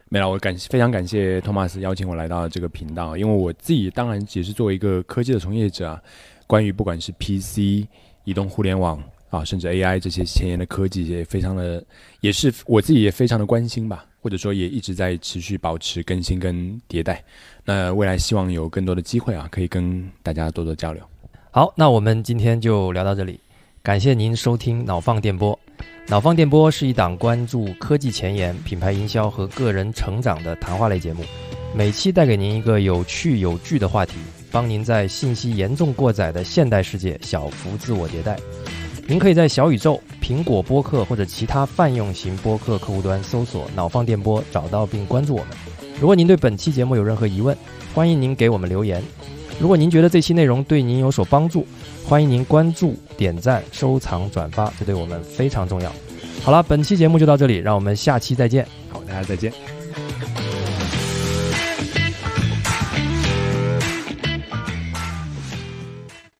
S2: 没了。我感非常感谢托马斯邀请我来到这个频道，因为我自己当然也是作为一个科技的从业者啊，关于不管是 PC、移动互联网啊，甚至 AI 这些前沿的科技，也非常的，也是我自己也非常的关心吧，或者说也一直在持续保持更新跟迭代。那未来希望有更多的机会啊，可以跟大家多多交流。
S1: 好，那我们今天就聊到这里，感谢您收听脑放电波。脑放电波是一档关注科技前沿、品牌营销和个人成长的谈话类节目，每期带给您一个有趣有据的话题，帮您在信息严重过载的现代世界小幅自我迭代。您可以在小宇宙、苹果播客或者其他泛用型播客客户端搜索“脑放电波”，找到并关注我们。如果您对本期节目有任何疑问，欢迎您给我们留言。如果您觉得这期内容对您有所帮助，欢迎您关注、点赞、收藏、转发，这对我们非常重要。好了，本期节目就到这里，让我们下期再见。
S2: 好，大家再见。
S3: 「